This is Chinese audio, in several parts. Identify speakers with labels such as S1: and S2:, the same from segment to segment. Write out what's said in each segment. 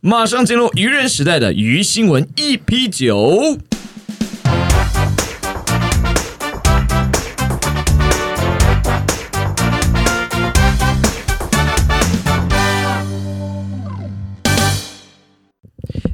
S1: 马上进入愚人时代的鱼新闻 EP 九。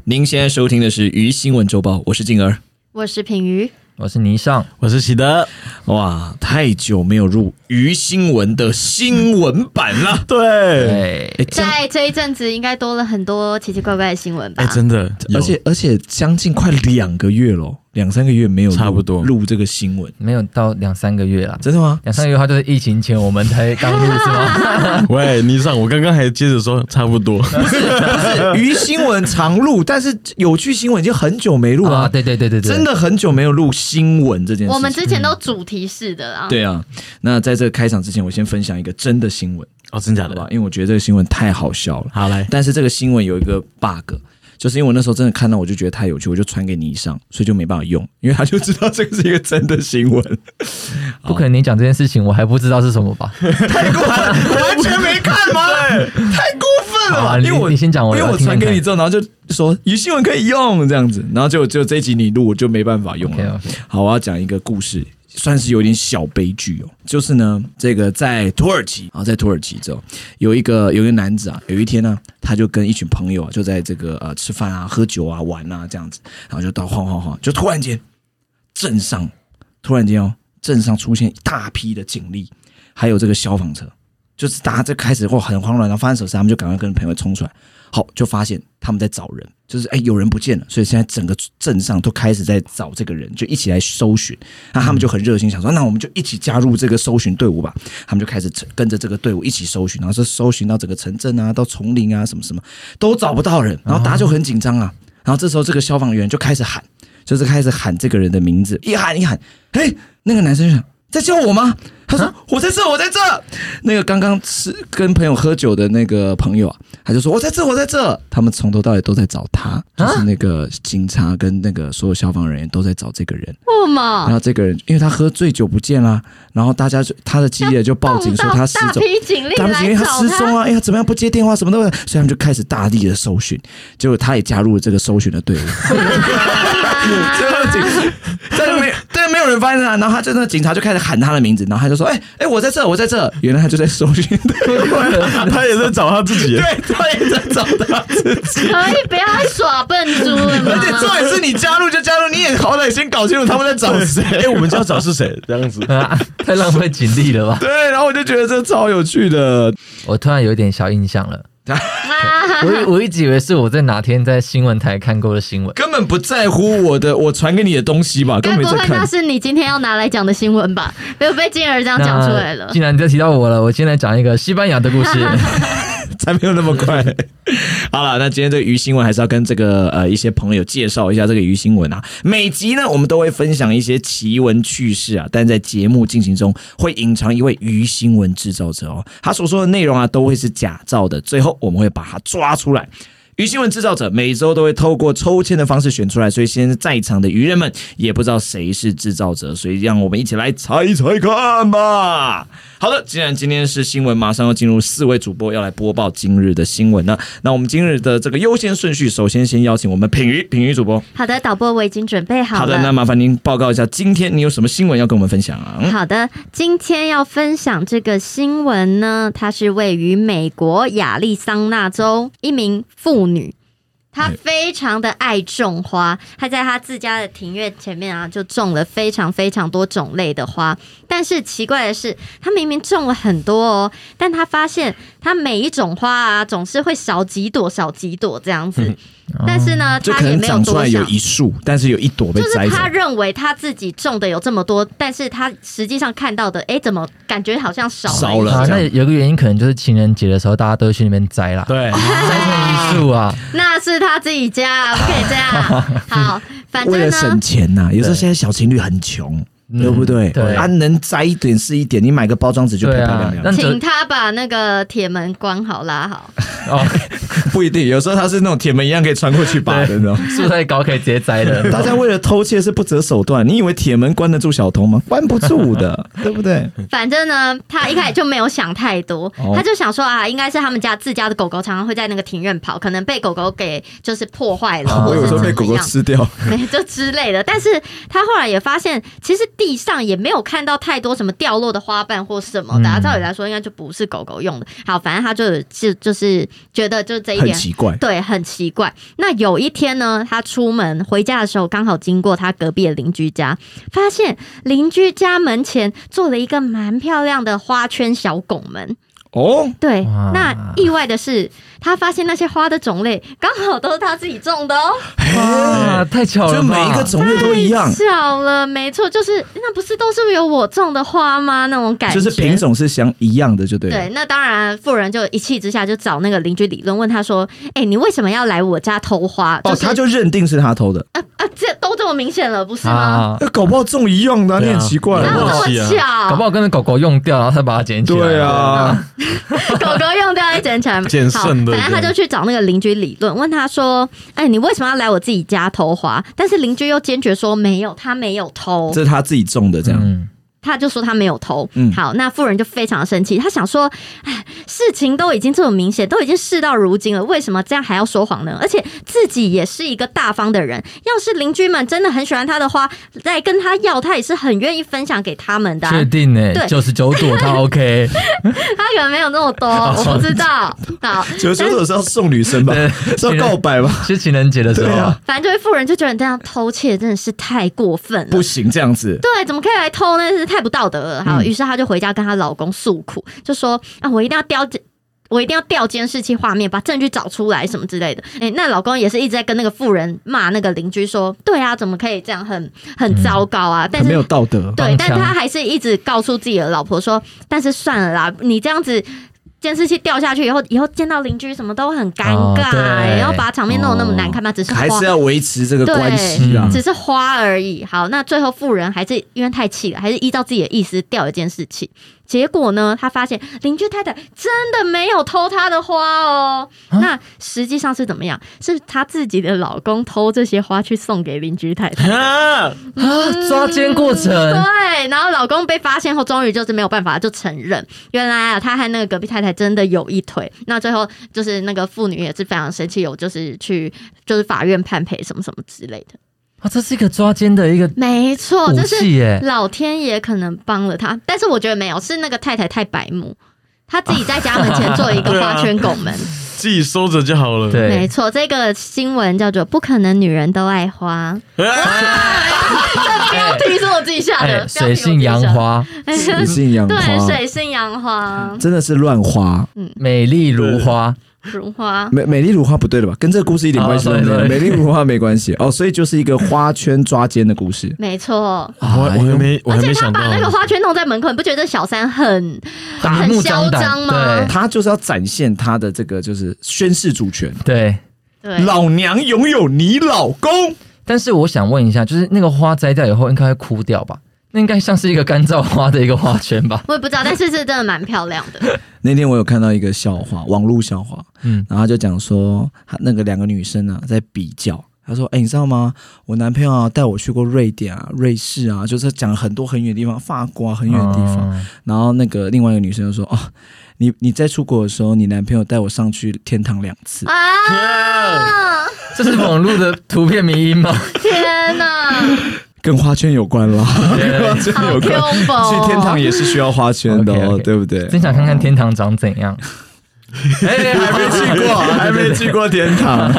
S1: 您现在收听的是《鱼新闻周报》，我是静儿。
S2: 我是品瑜，
S3: 我是倪尚，
S4: 我是喜德。
S1: 哇，太久没有入鱼新闻的新闻版了。
S4: 对，
S3: 对，
S1: 哎，将
S2: 在这一阵子应该多了很多奇奇怪怪的新闻吧
S4: 哎，？真的，
S1: 而且而且将近快两个月了，两三个月没有录
S4: 差不多
S1: 录这个新闻，
S3: 没有到两三个月啦，
S1: 真的 吗？
S3: 两三个月的话就是疫情前我们才刚录是吗？
S4: 有喂，你上，我刚刚还接着说差不 多，
S1: 不是鱼新闻常录，但是有趣新闻已经很久没录了、
S3: 啊，对对对对对，
S1: 真的很久没有录新闻这件事情。
S2: 我们之前都主题式的啦，，
S1: 嗯对啊，那在这个开场之前，我先分享一个真的新闻，
S4: 哦，真假
S1: 好吧？？因为我觉得这个新闻太好笑了。
S4: 好来，
S1: 但是这个新闻有一个 bug，就是因为我那时候真的看到，我就觉得太有趣，我就传给你以上，所以就没办法用，因为他就知道这个是一个真的新闻，
S3: 不可能。你讲这件事情，我还不知道是什么吧？
S1: 太过分，完全没看吗？太过分了
S3: 嗯好
S1: 吧！
S3: 啊
S1: 因为我
S3: 你你先讲我
S1: 因为我
S3: 听
S1: 传
S3: 看
S1: 给你之后，然后就说有新闻可以用这样子，然后就就这一集你录，我就没办法用了。
S3: OK OK，
S1: 好，我要讲一个故事，算是有点小悲剧哦。就是呢，这个在土耳其啊，在土耳其之后，有一个有一个男子啊，有一天呢、他就跟一群朋友啊，就在这个呃吃饭啊、喝酒啊、玩啊这样子，然后就到晃晃晃，就突然间镇上突然间哦，镇上出现一大批的警力，还有这个消防车，就是大家这开始哇很慌乱，然后发生什么事，他们就赶快跟朋友冲出来。好，就发现他们在找人，就是哎有人不见了，所以现在整个镇上都开始在找这个人，就一起来搜寻。那他们就很热心，想说那我们就一起加入这个搜寻队伍吧。他们就开始跟着这个队伍一起搜寻，然后是搜寻到整个城镇啊，到丛林啊，什么什么都找不到人，然后大家就很紧张啊。然后这时候这个消防员就开始喊，就是开始喊这个人的名字，一喊一喊，嘿，那个男生就想在叫我吗？他说我在这，我在这。那个刚刚吃跟朋友喝酒的那个朋友啊，他就说我在这，我在这。他们从头到尾都在找他，就是那个警察跟那个所有消防人员都在找这个人。
S2: 不
S1: 然
S2: 嘛，
S1: 后这个人因为他喝醉酒不见啦，然后大家就他的记忆就报警说他失
S2: 大
S1: 踪。
S2: 批警力
S1: 他们警
S2: 来
S1: 为
S2: 找
S1: 他失踪啊，哎呀，怎么样不接电话什么的，所以他们就开始大力的搜寻，结果他也加入了这个搜寻的 队伍。最后警，但是没有，但是没有人发现他。然后他就那警察就开始喊他的名字，然后他就说：“哎、哎、我在这，我在这。”原来他就在搜寻队伍，
S4: 他也在找他自己
S1: 对，，他也在找他自己。
S2: 可以不要再耍笨猪了
S1: 而且重
S2: 吗？
S1: 点是你加入就加入，你也好歹先搞清楚他们在找谁。
S4: 哎，我们就要找是谁这样子。
S3: 啊 太浪费警力 了吧？
S1: 对，然后我就觉得这超有趣的。
S3: 我突然有点小印象了，
S2: 啊，
S3: 我一我一直以为是我在哪天在新闻台看过的新闻，
S1: 根本不在乎我的我传给你的东西吧，根
S2: 该
S1: 本
S2: 不
S1: 没在
S2: 会
S1: 看
S2: 那。是你今天要拿来讲的新闻吧？没有被静儿这样讲出来了
S3: 那既。然你再提到我了，我先来讲一个西班牙的故事。
S1: 才没有那么快。好了，那今天这个鱼新闻还是要跟这个呃一些朋友介绍一下这个鱼新闻啊。每集呢，我们都会分享一些奇闻趣事啊，但在节目进行中会隐藏一位鱼新闻制造者哦，他所说的内容啊都会是假造的，最后我们会把它抓出来。鱼新闻制造者每周都会透过抽签的方式选出来，所以现在在场的鱼人们也不知道谁是制造者，所以让我们一起来猜一猜看吧。好的，既然今天是新闻，马上要进入四位主播要来播报今日的新闻了。那我们今日的这个优先顺序，首先先邀请我们品鱼品鱼主播。
S2: 好的，导播，我已经准备好
S1: 好的，
S2: 了
S1: 那。麻烦您报告一下，今天你有什么新闻要跟我们分享？啊
S2: 好的，今天要分享这个新闻呢，它是位于美国亚利桑那州一名妇女。她
S1: 哎
S2: 非常的爱种花，她在她自家的庭院前面啊，就种了非常非常多种类的花。但是奇怪的是，她明明种了很多哦，但她发现她每一种花啊，总是会少几朵、少几朵这样
S1: 嗯
S2: 子。但是呢，
S1: 就
S2: 她
S1: 哦可
S2: 也
S1: 能
S2: 没有
S1: 长出
S2: 多
S1: 来
S2: 想
S1: 有。一束，但是有一朵被
S2: 就
S1: 摘
S2: 是
S1: 走
S2: 他。认为他自己种的有这么多，但是他实际上看到的，哎，怎么感觉好像少了？
S1: 少了
S3: 啊，
S1: 这
S3: 那
S1: 样
S3: 有个原因可能就是情人节的时候，大家都会去那边摘啦，
S4: 对，
S3: 摘成一束啊。
S2: 那是他自 己家，不可以这样。好，反
S1: 为
S2: 正
S1: 了省啊
S2: 呢，
S1: 钱呐、有时候现在小情侣很穷，对不对？
S3: 嗯对
S1: 啊，能摘一点是一点，你买个包装纸就漂
S3: 对啊
S1: 漂亮亮
S3: 那。
S2: 请他把那个铁门关好拉 好。
S3: 哦，
S1: 不一定，有时候它是那种铁门一样可以穿过去拔的，你知道吗？
S3: 树太高可以直接摘 的。
S1: 大家为了偷窃是不择手段，你以为铁门关得住小偷吗？关不住 的，对不对？
S2: 反正呢，他一开始就没有想太多，
S1: 哦
S2: 他就想说啊，应该是他们家自家的狗狗常常会在那个庭院跑，可能被狗狗给就是破坏了，
S1: 我
S2: 或
S1: 有
S2: 是
S1: 时候
S2: 怎么
S1: 被
S2: 样，
S1: 狗狗吃掉，
S2: 对， 就之类的。但是他后来也发现，其实地上也没有看到太多什么掉落的花瓣或什么的啊，
S3: 嗯
S2: 照理来说应该就不是狗狗用的。好，反正他就就就是觉得就这一
S1: 很
S2: 点。
S1: 奇怪。
S2: 对，很奇怪。那有一天呢，他出门回家的时候，刚好经过他隔壁的邻居家，发现邻居家门前做了一个蛮漂亮的花圈小拱门。
S1: 哦，
S2: 对
S3: 哇，
S2: 那意外的是，他发现那些花的种类刚好都是他自己种的哦。
S3: 哇，太巧了吧！
S1: 哎就每一个种类都一样，
S2: 巧了，没错，就是那不是都是有我种的花吗？那种感
S1: 就
S2: 觉
S1: 是品。种是相一样的，就对了。
S2: 对，那当然，富人就一气之下就找那个邻居理论，问他说：“哎、你为什么要来我家偷花？”
S1: 哦，
S2: 就是
S1: 他就认定是他偷的，
S2: 啊，这都这么明显了，不是吗？
S3: 啊，
S1: 那搞不好哎中一样的啊，你
S4: 对啊
S1: 很奇怪
S2: 哪
S4: 对
S2: 有
S1: 啊。
S2: 这
S4: 啊
S2: 么
S3: 搞不
S2: 巧？
S3: 好跟着狗狗用掉，然后他把它捡起来。
S1: 对，啊，
S2: 狗狗用掉一整起 来嘛。
S4: 捡
S2: 好，
S4: 剩的
S2: 反正他就去找那个邻居理论，问他说：“哎、你为什么要来我自己家偷花？”但是邻居又坚决说没有，他没有偷。
S1: 这是他自己种的，这样。
S3: 嗯，
S2: 他就说他没有偷。
S1: 嗯
S2: 好，那富人就非常生气，他想说，哎，事情都已经这么明显，都已经事到如今了，为什么这样还要说谎呢？而且自己也是一个大方的人，要是邻居们真的很喜欢他的花，来跟他要，他也是很愿意分享给他们的啊、
S3: 确定
S2: 对
S3: 呢，九十九朵 他 OK，
S2: 他可能没有那么多，我不知道。好，
S1: 九九九是要送女生吧？
S3: 对
S1: 是要告白吧？
S3: 是情人节的时
S1: 对
S3: 候
S1: 啊
S3: 啊，
S2: 反正这位富人就觉得你这样偷窃真的是太过分 了
S1: 不。行，这样子。
S2: 对，怎么可以来偷呢？真是太不道德了。好，
S1: 嗯
S2: 于是她就回家跟她老公诉苦，就说啊，我一定要调我一定要调监视器画面，把证据找出来，什么之类的。哎、那老公也是一直在跟那个富人骂那个邻居说，对啊，怎么可以这样很，很糟糕啊！但
S1: 很没
S2: 是
S1: 有道德，
S2: 对，
S3: 帮
S2: 但
S3: 腔
S2: 他还是一直告诉自己的老婆说，但是算了啦，你这样子。监视器掉下去以后，以后见到邻居什么都很尴
S3: 哦
S2: 尬、
S3: 对
S2: 然后把场面弄得那么难看吗？只是
S1: 还
S2: 花
S1: 是要维持这个
S2: 对
S1: 关系啊
S3: 嗯。
S2: 只是花而已。好，那最后富人还是因为太气了，还是依照自己的意思掉了监视器。结果呢，他发现邻居太太真的没有偷他的花哦。那实际上是怎么样？是她自己的老公偷这些花去送给邻居太太。
S4: 啊，
S3: 啊，抓奸过
S2: 嗯
S3: 程，
S2: 对，然后老公被发现后，终于就是没有办法，就承认原来啊，他和那个隔壁太太真的有一腿。那最后就是那个妇女也是非常生气，有就是去就是法院判赔什么什么之类的。
S3: 啊，这是一个抓奸的一个
S2: 没错，
S3: 武
S2: 这是
S3: 器耶，
S2: 老天爷可能帮了他，但是我觉得没有，是那个太太太白目，她自己在家门前做一个
S4: 对啊
S2: 花圈拱门。
S4: 自己收着就好了。
S2: 没
S3: 对，
S2: 错，这个新闻叫做“不可能女人都爱花
S4: 啊，”，
S2: 标题是我自己下的，
S3: 哎，
S2: 标题我
S3: 水
S2: 自己
S3: 性杨
S2: 下的，
S3: 花，
S1: 理性养
S2: 对，
S1: 花，
S2: 水性杨花
S1: 真的是乱花。
S2: 嗯
S3: 美丽如花，
S2: 如花。
S1: 美美丽如花不对了吧？跟这个故事一点关系都没
S3: 哦
S1: 有。
S3: sorry，sorry
S1: 美丽如花没关系哦，所以就是一个花圈抓奸的故事。
S2: 没错，
S4: 我我还没我
S2: 而
S4: 还
S2: 且
S4: 没
S2: 他
S4: 想到
S2: 把那个花圈弄在门口，你不觉得小三很
S3: 很明
S2: 很
S3: 目
S2: 嚣
S3: 张胆
S2: 张吗？
S1: 他就是要展现他的这个就是宣誓主权，
S3: 对。
S2: 对
S1: 老娘拥有你老公。
S3: 但是我想问一下，就是那个花摘掉以后，应该会枯掉吧？那应该像是一个干燥花的一个花圈吧？
S2: 我也不知道，但是是真的蛮漂亮的。
S1: 那天我有看到一个笑话，网络笑话，
S3: 嗯，
S1: 然后他就讲说，他那个两个女生啊在比较。他说：“哎、你知道吗？我男朋友啊带我去过瑞典啊、瑞士啊，就是讲很多很远的地方，法国啊很远的地方。
S3: 嗯
S1: 然后那个另外一个女生就说：‘哦，你你在出国的时候，你男朋友带我上去天堂两次。
S4: 啊
S2: 啊！
S3: 这是网络的图片迷因吗？
S2: 天哪，
S1: 跟花圈有关啦，跟 花圈
S2: 好哦
S1: 有
S2: Q
S1: 关。
S2: 宝！
S1: 去天堂也是需要花圈的哦
S3: OK，OK
S1: 对不对？
S3: 真想看看天堂长 怎样。哎、
S1: 还没去 过，还没去过天堂。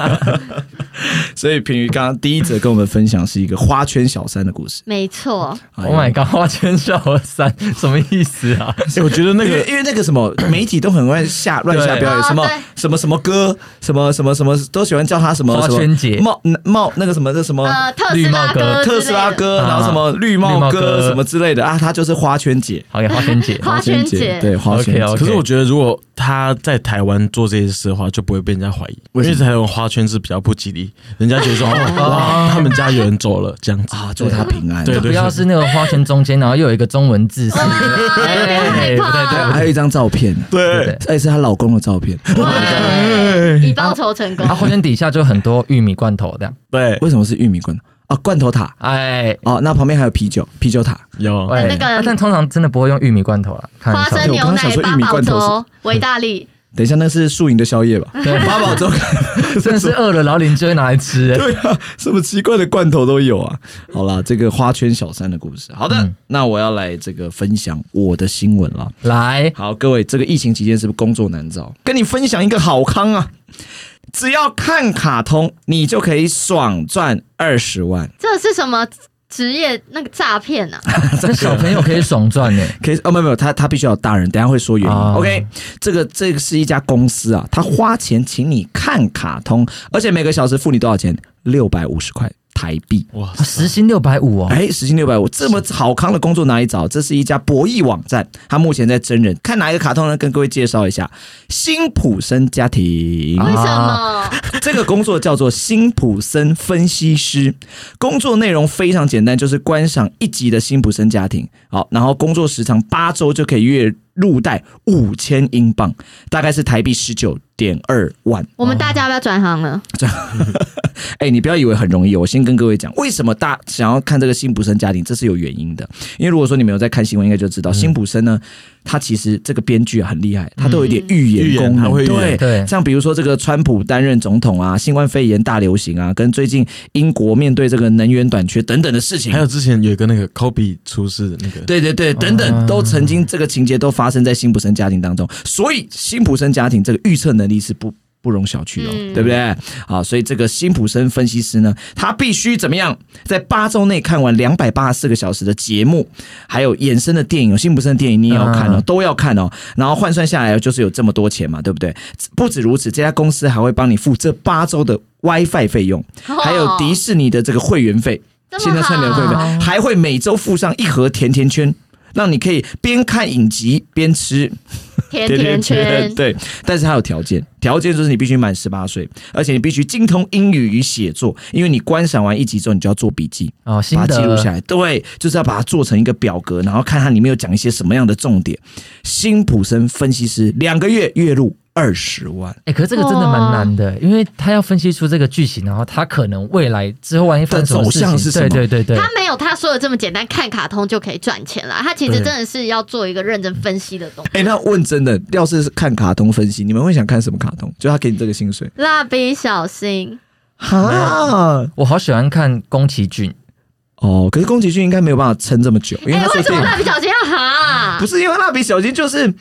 S1: 所以平宇刚刚第一则跟我们分享是一个花圈小三的故事。
S2: 没错，
S1: 哎
S3: Oh my god！花圈小三什么意思啊？
S4: 哎我觉得那
S1: 因为
S4: 个
S1: 因为那个什 么媒体都很乱下乱下标语，
S2: 对
S1: 什么
S2: 哦对
S1: 什么什么歌，什么什么什么都喜欢叫他什么
S3: 花圈
S1: 什
S3: 节
S1: 么帽嗯帽那个什么那什么
S2: 呃，特斯拉
S3: 绿帽
S2: 哥，
S1: 特斯拉，哥，
S3: 啊
S1: 然后什么绿
S3: 绿
S1: 帽
S3: 帽
S1: 哥
S3: 哥
S1: 什么之类的啊，他就是花圈姐，
S3: 好给花圈姐，
S2: 花圈 姐
S1: 对花圈姐
S3: OK，OK
S4: 可是我觉得，如果他在台湾做这些事的话，就不会被人家怀疑，因
S1: 为什么
S4: 为台湾花圈是比较不吉利喜，人家觉 得说哦，哇，他们家有人走了这样子，
S1: 啊，祝他平安。
S4: 对
S3: 就不要是那个花圈中间，然后又有一个中文 字是，啊
S2: 哎不要害怕
S1: 还有还有一张照片，哎
S3: 对
S4: 对
S3: 对，
S1: 这也是她老公的照片。
S2: 对以报仇成功
S3: 然后。花圈底下就很多玉米罐头这样，
S4: 对，
S1: 为什么是玉米罐头啊？罐头塔
S3: 哎，
S1: 哦，那旁边还有啤酒，啤酒塔。
S4: 有
S3: 喂
S2: 那个
S3: 啊但通常真的不会用玉米罐头啦，啊看
S2: 花生牛奶、八宝粥、维大利，
S1: 等一下，那是树影的宵夜吧？
S3: 对
S1: 八宝粥，
S3: 真的是饿了，然后邻居会拿来吃、哎
S1: 对啊，什么奇怪的罐头都有啊。好啦，这个花圈小三的故事。好的，
S3: 嗯
S1: 那我要来这个分享我的新闻了。
S3: 来，
S1: 好，各位，这个疫情期间是不是工作难找？跟你分享一个好康啊！只要看卡通，你就可以爽赚二十万。
S2: 这是什么职业？那个诈骗啊！
S3: 这小朋友可以爽 赚呢、哎
S1: 可以哦，没有没有，他他必须要有大人，等一下会说原因。
S3: 啊
S1: OK，这个这个是一家公司啊，他花钱请你看卡通，而且每个小时付你多少钱？六百五十块台币。
S4: 哇
S3: 啊，时薪六百五哦，
S1: 哎，时薪六百五，这么好康的工作哪里找？这是一家博弈网站，它目前在真人看哪一个卡通呢？跟各位介绍一下，《辛普森家庭》
S2: 为什么？
S1: 这个工作叫做辛普森分析师，工作内容非常简单，就是观赏一集的辛普森家庭。好，然后工作时长八周就可以月入贷五千英镑，大概是台币十九点二万。
S2: 我们大家要不要转行了？
S1: 哎，你不要以为很容易哦，我先跟各位讲，为什么大想要看这个辛普森家庭，这是有原因的。因为如果说你没有在看新闻，应该就知道、
S4: 嗯
S1: 辛普森呢，他其实这个编剧啊很厉害，他都有一点预
S4: 嗯预
S1: 言
S4: 言
S1: 功
S4: 他
S1: 能，
S4: 会预
S1: 对
S4: 言
S3: 对
S1: 像比如说这个川普担任总统啊，新冠肺炎大流行啊，跟最近英国面对这个能源短缺等等的事情
S4: 还，有之前有一个那个 Kobe 出事的那个，
S1: 对对对，等等，都曾经这个情节都发生在辛普森家庭当中，所以辛普森家庭这个预测能力是不。不容小觑哦，
S2: 嗯
S1: 对不对？好，所以这个辛普森分析师呢，他必须怎么样，在八周内看完两百八十四个小时的节目，还有衍生的电影，辛普森的电影你也要看哦，
S3: 嗯
S1: 都要看哦。然后换算下来就是有这么多钱嘛，对不对？不止如此，这家公司还会帮你付这八周的 WiFi 费用，还有迪士尼的这个会员费，
S2: 这么
S1: 现在算免费
S2: 好
S1: 费，还会每周附上一盒甜甜圈。让你可以边看影集边吃
S2: 哎甜甜 圈，
S1: 对，但是它有条件，条件就是你必须满十八岁，而且你必须精通英语与写作，因为你观赏完一集之后，你就要做笔记，
S3: 哦，新
S1: 把它
S3: 的
S1: 记录下来。对，就是要把它做成一个表格，然后看它里面有讲一些什么样的重点。辛普森分析师两个月月入二十万，
S3: 哎、可是这个真的蛮难的，因为他要分析出这个剧情，然后他可能未来之后万一发生什么事情
S1: 的走向是什么
S3: 对对对对
S2: 他，没有他说的这么简单，看卡通就可以赚钱啦。他其实真的是要做一个认真分析的东西。
S1: 哎、那问真的，要是看卡通分析，你们会想看什么卡通？就他给你这个薪水，
S2: 蜡笔小新，
S1: 哈。
S3: 我好喜欢看宫崎骏，
S1: 哦，可是宫崎骏应该没有办法撑这么久，因为
S2: 哎、
S1: 他
S2: 为
S1: 是
S2: 什
S1: 电影，
S2: 么蜡笔小新要哈？
S1: 不是因为蜡笔小新就是，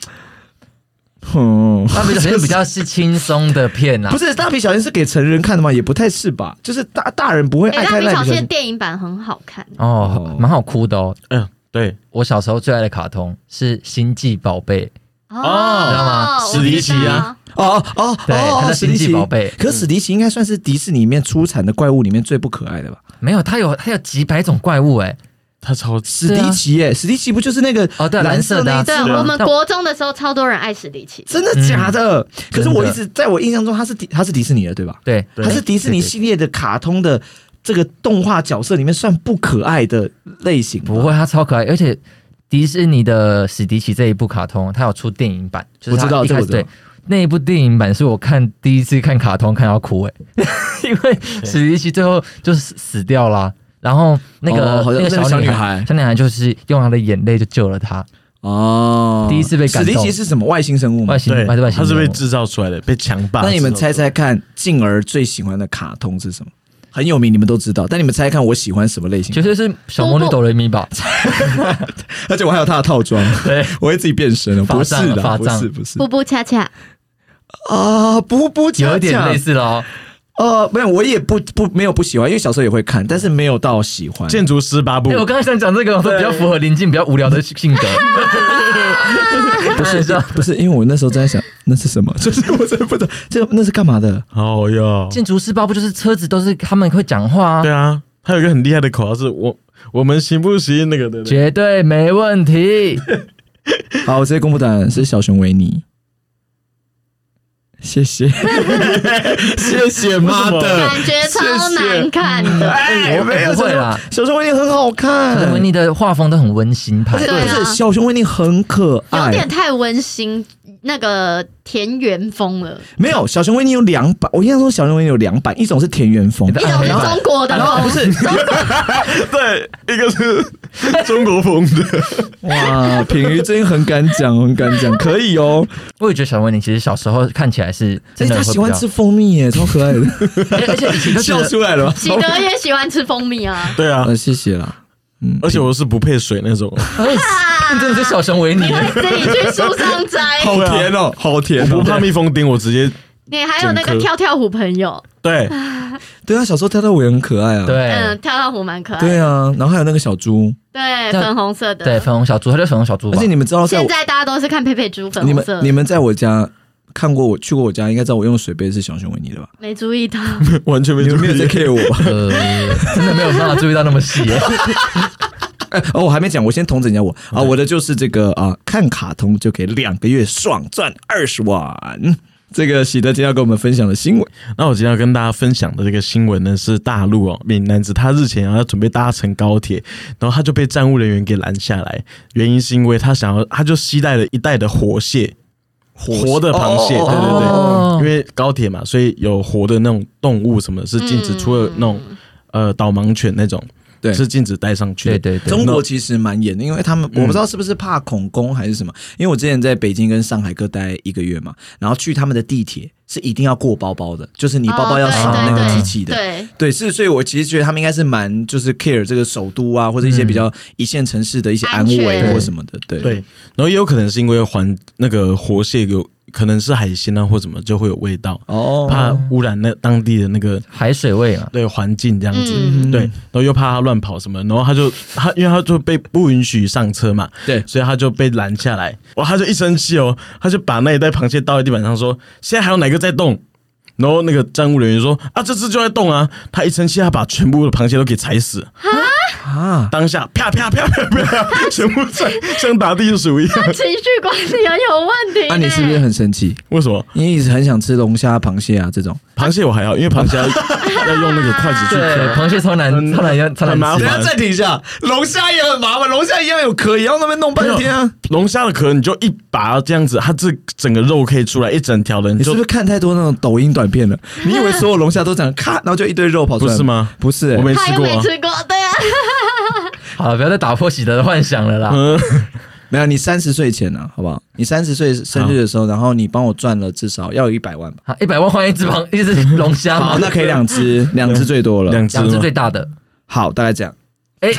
S1: 嗯，
S3: 他比较比较是轻松的片啊啦、
S1: 不是蜡笔小新是给成人看的吗？也不太是吧，就是大大人不会爱
S2: 哎、蜡
S1: 看
S2: 笔
S1: 蜡
S2: 小
S1: 笔小
S2: 新的
S1: 新。
S2: 电影版很好看，
S3: 哦，蛮好哭的哦。
S4: 嗯，对，
S3: 我小时候最爱的卡通是《星际宝贝》，
S2: 哦，
S4: 哦
S3: 知道吗
S2: 我
S4: 史迪奇
S2: 知道
S4: 啊，
S1: 哦哦哦
S3: 对
S1: 哦哦，
S3: 它叫
S1: 史迪
S3: 星
S1: 奇
S3: 际宝贝
S1: 可是史迪奇应该算是迪士尼里面出产的怪物里面最不可爱的吧？
S3: 没有，它有它有几百种怪物哎、
S4: 他超
S1: 史迪奇耶，史迪奇不就是那个
S3: 哦对啊
S1: 蓝色那一
S3: 蓝色
S1: 只
S2: 对，
S4: 是
S1: 吗
S4: 啊
S2: 我们国中的时候超多人爱史迪奇，
S1: 真的假的？可是我
S3: 真
S1: 一
S3: 的
S1: 直在我印象中，它是迪它是迪士尼的对吧？
S3: 对，
S4: 对
S1: 它是迪士尼系列的卡通的这个动画角色里面算不可爱的类型吧，
S3: 不会，它超可爱，而且迪士尼的史迪奇这一部卡通，它有出电影版，就是它
S1: 我知道
S3: 一
S1: 这个
S3: 开始
S1: 我知道
S3: 对。那一部电影版是我看第一次看卡通看到 哭哎、因为史迪奇最后就是死死掉啦、然后那个、
S1: 哦好像那个
S3: 那个小
S1: 小女
S3: 女
S1: 孩
S3: 小女孩就是用她的眼泪就救了她，
S1: 哦，
S3: 第一次被感
S1: 史
S3: 动
S1: 迪奇是什么外星生物吗
S3: 外？星
S4: 对
S3: 外，外星
S4: 他是被
S3: 人物
S4: 制造出来的，被强霸。
S1: 哦那你们猜猜看，静儿最喜欢的卡通是什么？很有名，你们都知道。但你们猜猜看，我喜欢什么类型？
S3: 绝对是小魔女哆瑞咪吧？
S1: 而且我还有她的套装，
S3: 对，
S1: 我会自己变身了。
S3: 法
S1: 不是
S3: 杖啊
S1: 的，
S3: 法
S1: 不
S3: 杖
S1: 是，不是
S2: 布布恰恰，
S1: 啊，不不，
S3: 有一点
S1: 恰恰
S3: 类。似了哦。
S1: 呃，没有，我也不不没有不喜欢，因为小时候也会看，但是没有到喜欢。
S4: 建筑师八部
S3: 哎、，我刚才想讲这个，我说比较符合林静比较无聊的性 格，
S1: 不 是
S3: 这样
S1: 不是，因为我那时候在想那是什么， 就是我真的不知道，这那是干嘛的？
S4: 哦哟，
S3: 建筑师吧，不就是车子都是他们会讲话啊
S4: 对？啊，还有一个很厉害的口号是我我们行不行那个的，
S3: 绝对没问题。
S1: 好，我直接公布答案是小熊维尼。谢谢，谢谢妈的，
S2: 感觉超
S1: 谢谢
S2: 难看的。
S1: 哎，
S3: 我
S1: 没有
S3: 不会啦，
S1: 小熊维尼很好看，
S3: 维尼的画风都很温馨派
S1: 不，是
S2: 对啊
S1: 不是小熊维尼很可
S2: 有点
S1: 爱，
S2: 太温馨，那个田园风了，
S1: 没有小熊维尼有两版，我印象中小熊维尼有两版，一种是田园风，
S3: 你的
S2: 一
S3: 暗
S2: 种
S3: 黑
S2: 是
S3: 版
S2: 中国的风，
S4: 对，一个是中国风的，
S1: 哇，品瑜最近很敢讲，很敢讲，可以哦，
S3: 我也觉得小维尼其实小时候看起来是
S1: 而
S3: 真
S1: 且
S3: 的
S1: 他
S3: 会
S1: 喜
S3: 比
S1: 欢
S3: 较
S1: 吃蜂蜜耶，超可爱的，
S3: 而而且以前 就觉得
S1: 来了吧
S2: 喜德也喜欢吃蜂蜜 啊。
S4: 对 啊，
S1: 呃，谢谢啦，嗯，
S4: 而且我是不配水 那种，
S3: 哎你真的是小熊维尼
S2: 你，会自己去树上摘，
S1: 好甜哦，好甜
S4: 我不怕蜜蜂叮，我直接
S2: 你还有那个
S4: 整颗
S2: 跳跳虎朋友，
S4: 对，
S1: 对啊，小时候跳跳舞也很可爱啊，
S3: 对
S2: 嗯，跳跳虎蛮可爱的，
S1: 对啊，然后还有那个小猪，
S2: 对，
S3: 那
S2: 粉红色的。
S3: 对，粉红小猪，他就粉红小猪
S1: 而
S3: 吧
S1: 且，你们知道在
S2: 现
S1: 我
S2: 在大家都是看佩佩猪粉
S1: 你
S2: 红
S1: 们
S2: 色，
S1: 你们在我家看过我去过我家，应该知道我用的水杯是小熊维尼的吧？
S2: 没注意到。
S4: 完全没
S1: 你们没有在
S4: 注意
S1: care 我 吧？
S3: 呃，真的没有办法注意到那么 细耶，
S1: 哦，我还没讲，我先统整一下我啊，我的就是这个啊，看卡通就可以两个月爽赚二十万。这个喜德今天要跟我们分享的新闻，
S4: 那我今天要跟大家分享的这个新闻呢，是大陆哦，闽男子他日前啊要准备搭乘高铁，然后他就被站务人员给拦下来，原因是因为他想要，他就携带了一袋的活蟹，活的螃蟹，
S1: 哦
S4: 对对对，
S3: 哦
S4: 因为高铁嘛，所以有活的那种动物什么的是禁止，
S2: 嗯
S4: 除了那种呃导盲犬那种，
S1: 对
S4: 是禁止带上去的。
S3: 对对对，
S1: 中国其实蛮严的，因为他们我不知道是不是怕恐攻还是什么。因为我之前在北京跟上海各待一个月嘛，然后去他们的地铁是一定要过包包的，就是你包包要
S2: 哦
S1: 扫
S2: 对
S1: 那个
S2: 对
S1: 机器的。
S2: 对，
S1: 对，是，所以我其实觉得他们应该是蛮就是 care 这个首都啊，或者一些比较一线城市的一些安
S2: 安
S1: 危
S2: 全
S1: 或什么的。对，
S4: 对，然后也有可能是因为环那个活蟹有可能是海鲜啊或什么就会有味道，
S1: 哦，
S4: 怕污染那当地的那个
S3: 海水味嘛，
S4: 对环境这样子。
S2: 嗯
S4: 对，然后又怕他乱跑什么，然后他就他因为他就被不允许上车嘛，
S1: 对
S4: 所以他就被拦下来。哇，他就一生气哦，他就把那一袋螃蟹倒在地板上说：“现在还有哪个在动？”然后那个站务人员说：“啊，这只就在动啊！”他一生气，他把全部的螃蟹都给踩死，
S1: 啊，
S4: 当下啪啪啪啪啪，全部踩像打地鼠一样。
S2: 情绪管理很有问题。
S3: 啊
S1: 那、你是不是？很生气？
S4: 为什么？
S1: 你一直很想吃龙虾、螃蟹啊这种？
S4: 螃蟹我还好，因为螃蟹要要用那个筷子去
S3: 对，
S4: 啃。
S3: 螃蟹超难
S4: 嗯
S3: 超难要超
S4: 很麻
S3: 难
S4: 烦
S3: 吃
S1: 等一，下暂啊停一下，龙虾也很麻烦，龙虾一样有壳，也要那边弄半天啊。
S4: 龙虾的壳你就一拔这样子，它这整个肉可以出来一整条的，你
S1: 你是
S4: 就
S1: 不是看太多那种抖音短片 了？你以为所有龙虾都长 咔，然后就一堆肉跑出来？
S4: 不是吗
S1: 不是、
S4: 我没
S2: 他
S4: 吃
S2: 又
S4: 过
S2: 没
S4: 啊。
S2: 吃过，对啊，
S3: 好了，不要再打破喜德的幻想了啦，
S4: 嗯，
S1: 没有你三十岁前啊，好不好？你三十岁生日的时候，然后你帮我赚了至少要有一百万吧？
S3: 一百万换一只螃一只龙虾
S1: 好，
S3: 嘛，
S1: 啊那可以两 只，两只最多了。
S4: 两只
S3: 两只
S4: 吗
S3: 最？大的，
S1: 好，大概这样。
S3: 哎，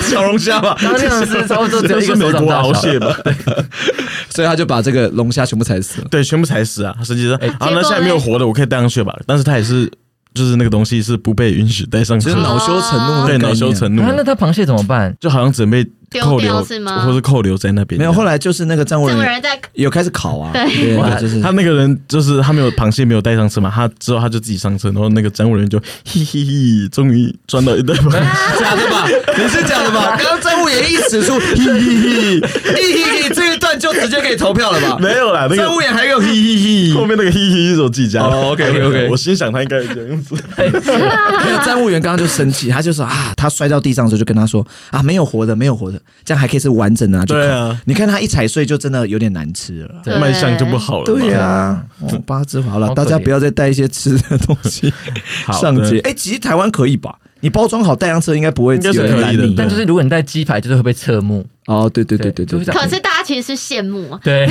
S1: 小龙虾 吧，
S3: 然后两只差不多只有
S4: 这
S3: 一
S4: 是
S3: 个
S4: 美
S3: 手掌
S4: 国
S3: 大
S4: 鳌
S3: 小，
S4: 蟹吧？
S1: 所以他就把这个龙虾全部踩死了。
S4: 对，全部踩死啊！实际上，啊，
S2: 哎结果
S4: 那现在没有
S2: 嘞
S4: 活的，我可以带上去吧？但是它也是，就是那个东西是不被允许带上去
S1: 就是
S4: 的，
S1: 啊
S2: 哦
S1: 恼羞成怒的概
S4: 对，
S1: 念，
S4: 恼羞成怒
S3: 啊，，那它螃蟹怎么办？
S4: 就好像只能被
S2: 丢
S4: 扣
S2: 掉
S4: 留
S2: 是吗
S4: 或是扣留在那边。
S1: 没有。后来就是那个站务
S2: 这
S1: 人
S2: 个
S1: 员
S2: 人在
S1: 有开始烤啊，
S2: 对
S1: 对，
S4: 哇
S1: 对就是
S4: 他那个人就是他没有螃蟹没有带上车嘛，他之后他就自己上车，然后那个站务人员就嘿嘿嘿，终于赚到一袋螃蟹。
S1: 假的吧？你是假的 吧？刚刚站务员一指出， 嘿嘿嘿，嘿嘿嘿，这一段就直接可以投票了吧？
S2: 啊
S4: 啊没有啦， 那
S1: 站务
S4: 个
S1: 员还有嘿嘿
S4: 后
S1: 嘿，
S4: 面那个嘿嘿是我自己加的。
S1: 哦，OK，OK，OK
S4: 我心想他应该这样子。
S1: 没有站务员刚刚就生气，他就说啊，他摔到地上的时候就跟他说啊，没有活的，没有活的，这样还可以是完整的拿去烤
S4: 对啊，
S1: 你看他一踩碎就真的有点难吃了。
S3: 对
S4: 卖相就不好了嘛。
S1: 对呀、哦，八只好了，
S3: 好可
S1: 大
S3: 怜
S1: 家不要再带一些吃的东 西
S4: 好
S1: 上
S4: 的
S1: 街。哎、其实台湾可以吧？你包装好带上车，应该不会
S4: 应该是
S1: 有人
S4: 可以
S1: 拦
S4: 的
S1: 你
S4: 对
S3: 但就是如果你带鸡排，就是会被侧目，
S1: 哦，对对对对
S3: 对
S1: 对
S3: 就是这
S1: 对，
S3: 样
S2: 可是大家其实是羡慕啊，
S3: 对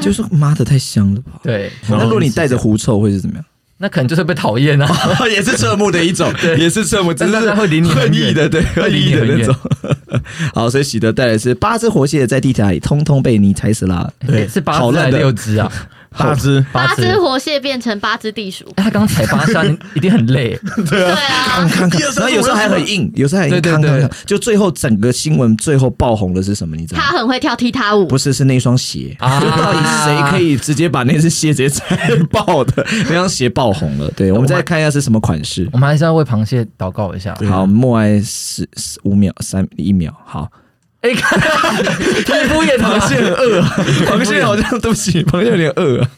S1: 就是妈的太香了吧？
S3: 对，
S1: 那如果你带着狐臭会是怎么样？
S3: 那可能就是被讨厌啊。
S1: 也是侧目的一种，也是侧目，只
S3: 但
S1: 是
S3: 它会离你很
S1: 恨意
S3: 远
S1: 的，对，
S3: 会
S1: 恨
S3: 离
S1: 意
S3: 你
S1: 的
S3: 很
S1: 那
S3: 远
S1: 种。 好，所以喜德带来的是八只活蟹在地铁里，通通被你踩死啦。
S4: 对
S3: 是八
S1: 好
S3: 只
S1: 烂
S3: 还
S1: 的
S3: 是六只啊？
S4: 八只，
S2: 八
S3: 八只
S2: 只活蟹变成八只地鼠，
S3: 哎他刚踩八下，一定很累。
S2: 对啊，
S1: 康康，然后有时候还很硬，有时候还很硬，
S3: 对对
S1: 康康
S3: 对
S1: 康。就最后整个新闻最后爆红的是什么？你知道吗
S2: 他？很会跳踢踏舞
S1: 不，是，是那双鞋
S3: 啊
S1: 就到底谁可以直接把那只鞋直接踩爆的？那双鞋爆红了。对，我们再看一下是什么款式。
S3: 我们还是要为螃蟹祷告一下。
S1: 好，默哀十十五秒，三一秒。好，
S3: 哎，看太敷衍了吧，
S1: 螃蟹很饿啊，螃蟹好像对不起，螃蟹有点饿啊。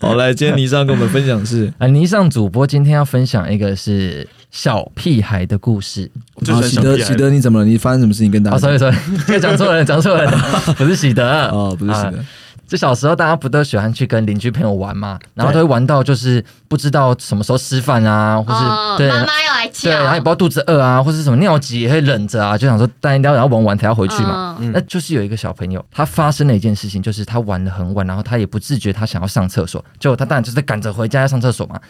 S1: 好，来，今天倪尚跟我们分享是，
S3: 啊，霓裳主播今天要分享一个是小屁孩的故事。
S4: 就
S1: 好
S4: 是
S1: 啊喜
S4: 想
S1: 德，
S4: 屁孩
S1: 喜德，你怎么了？你发生什么事情跟大
S3: 哦
S1: 家？
S3: ，sorry sorry，讲错了，讲错了，不是喜德，
S1: 哦，不是喜
S3: 啊
S1: 德，
S3: 就小时候大家不都喜欢去跟邻居朋友玩嘛，然后
S1: 对
S3: 都会玩到就是不知道什么时候吃饭啊，或是、
S2: 哦，
S3: 对。
S2: 妈妈要来
S3: 对，然后也不知
S2: 叫，
S3: 道肚子饿啊，或是什么尿急也会忍着啊，就想说但一定要然后玩完才要回去嘛。
S2: 嗯
S3: 那就是有一个小朋友，他发生了一件事情，就是他玩的很晚，然后他也不自觉他想要上厕所，就他当然就是赶着回家要上厕所嘛。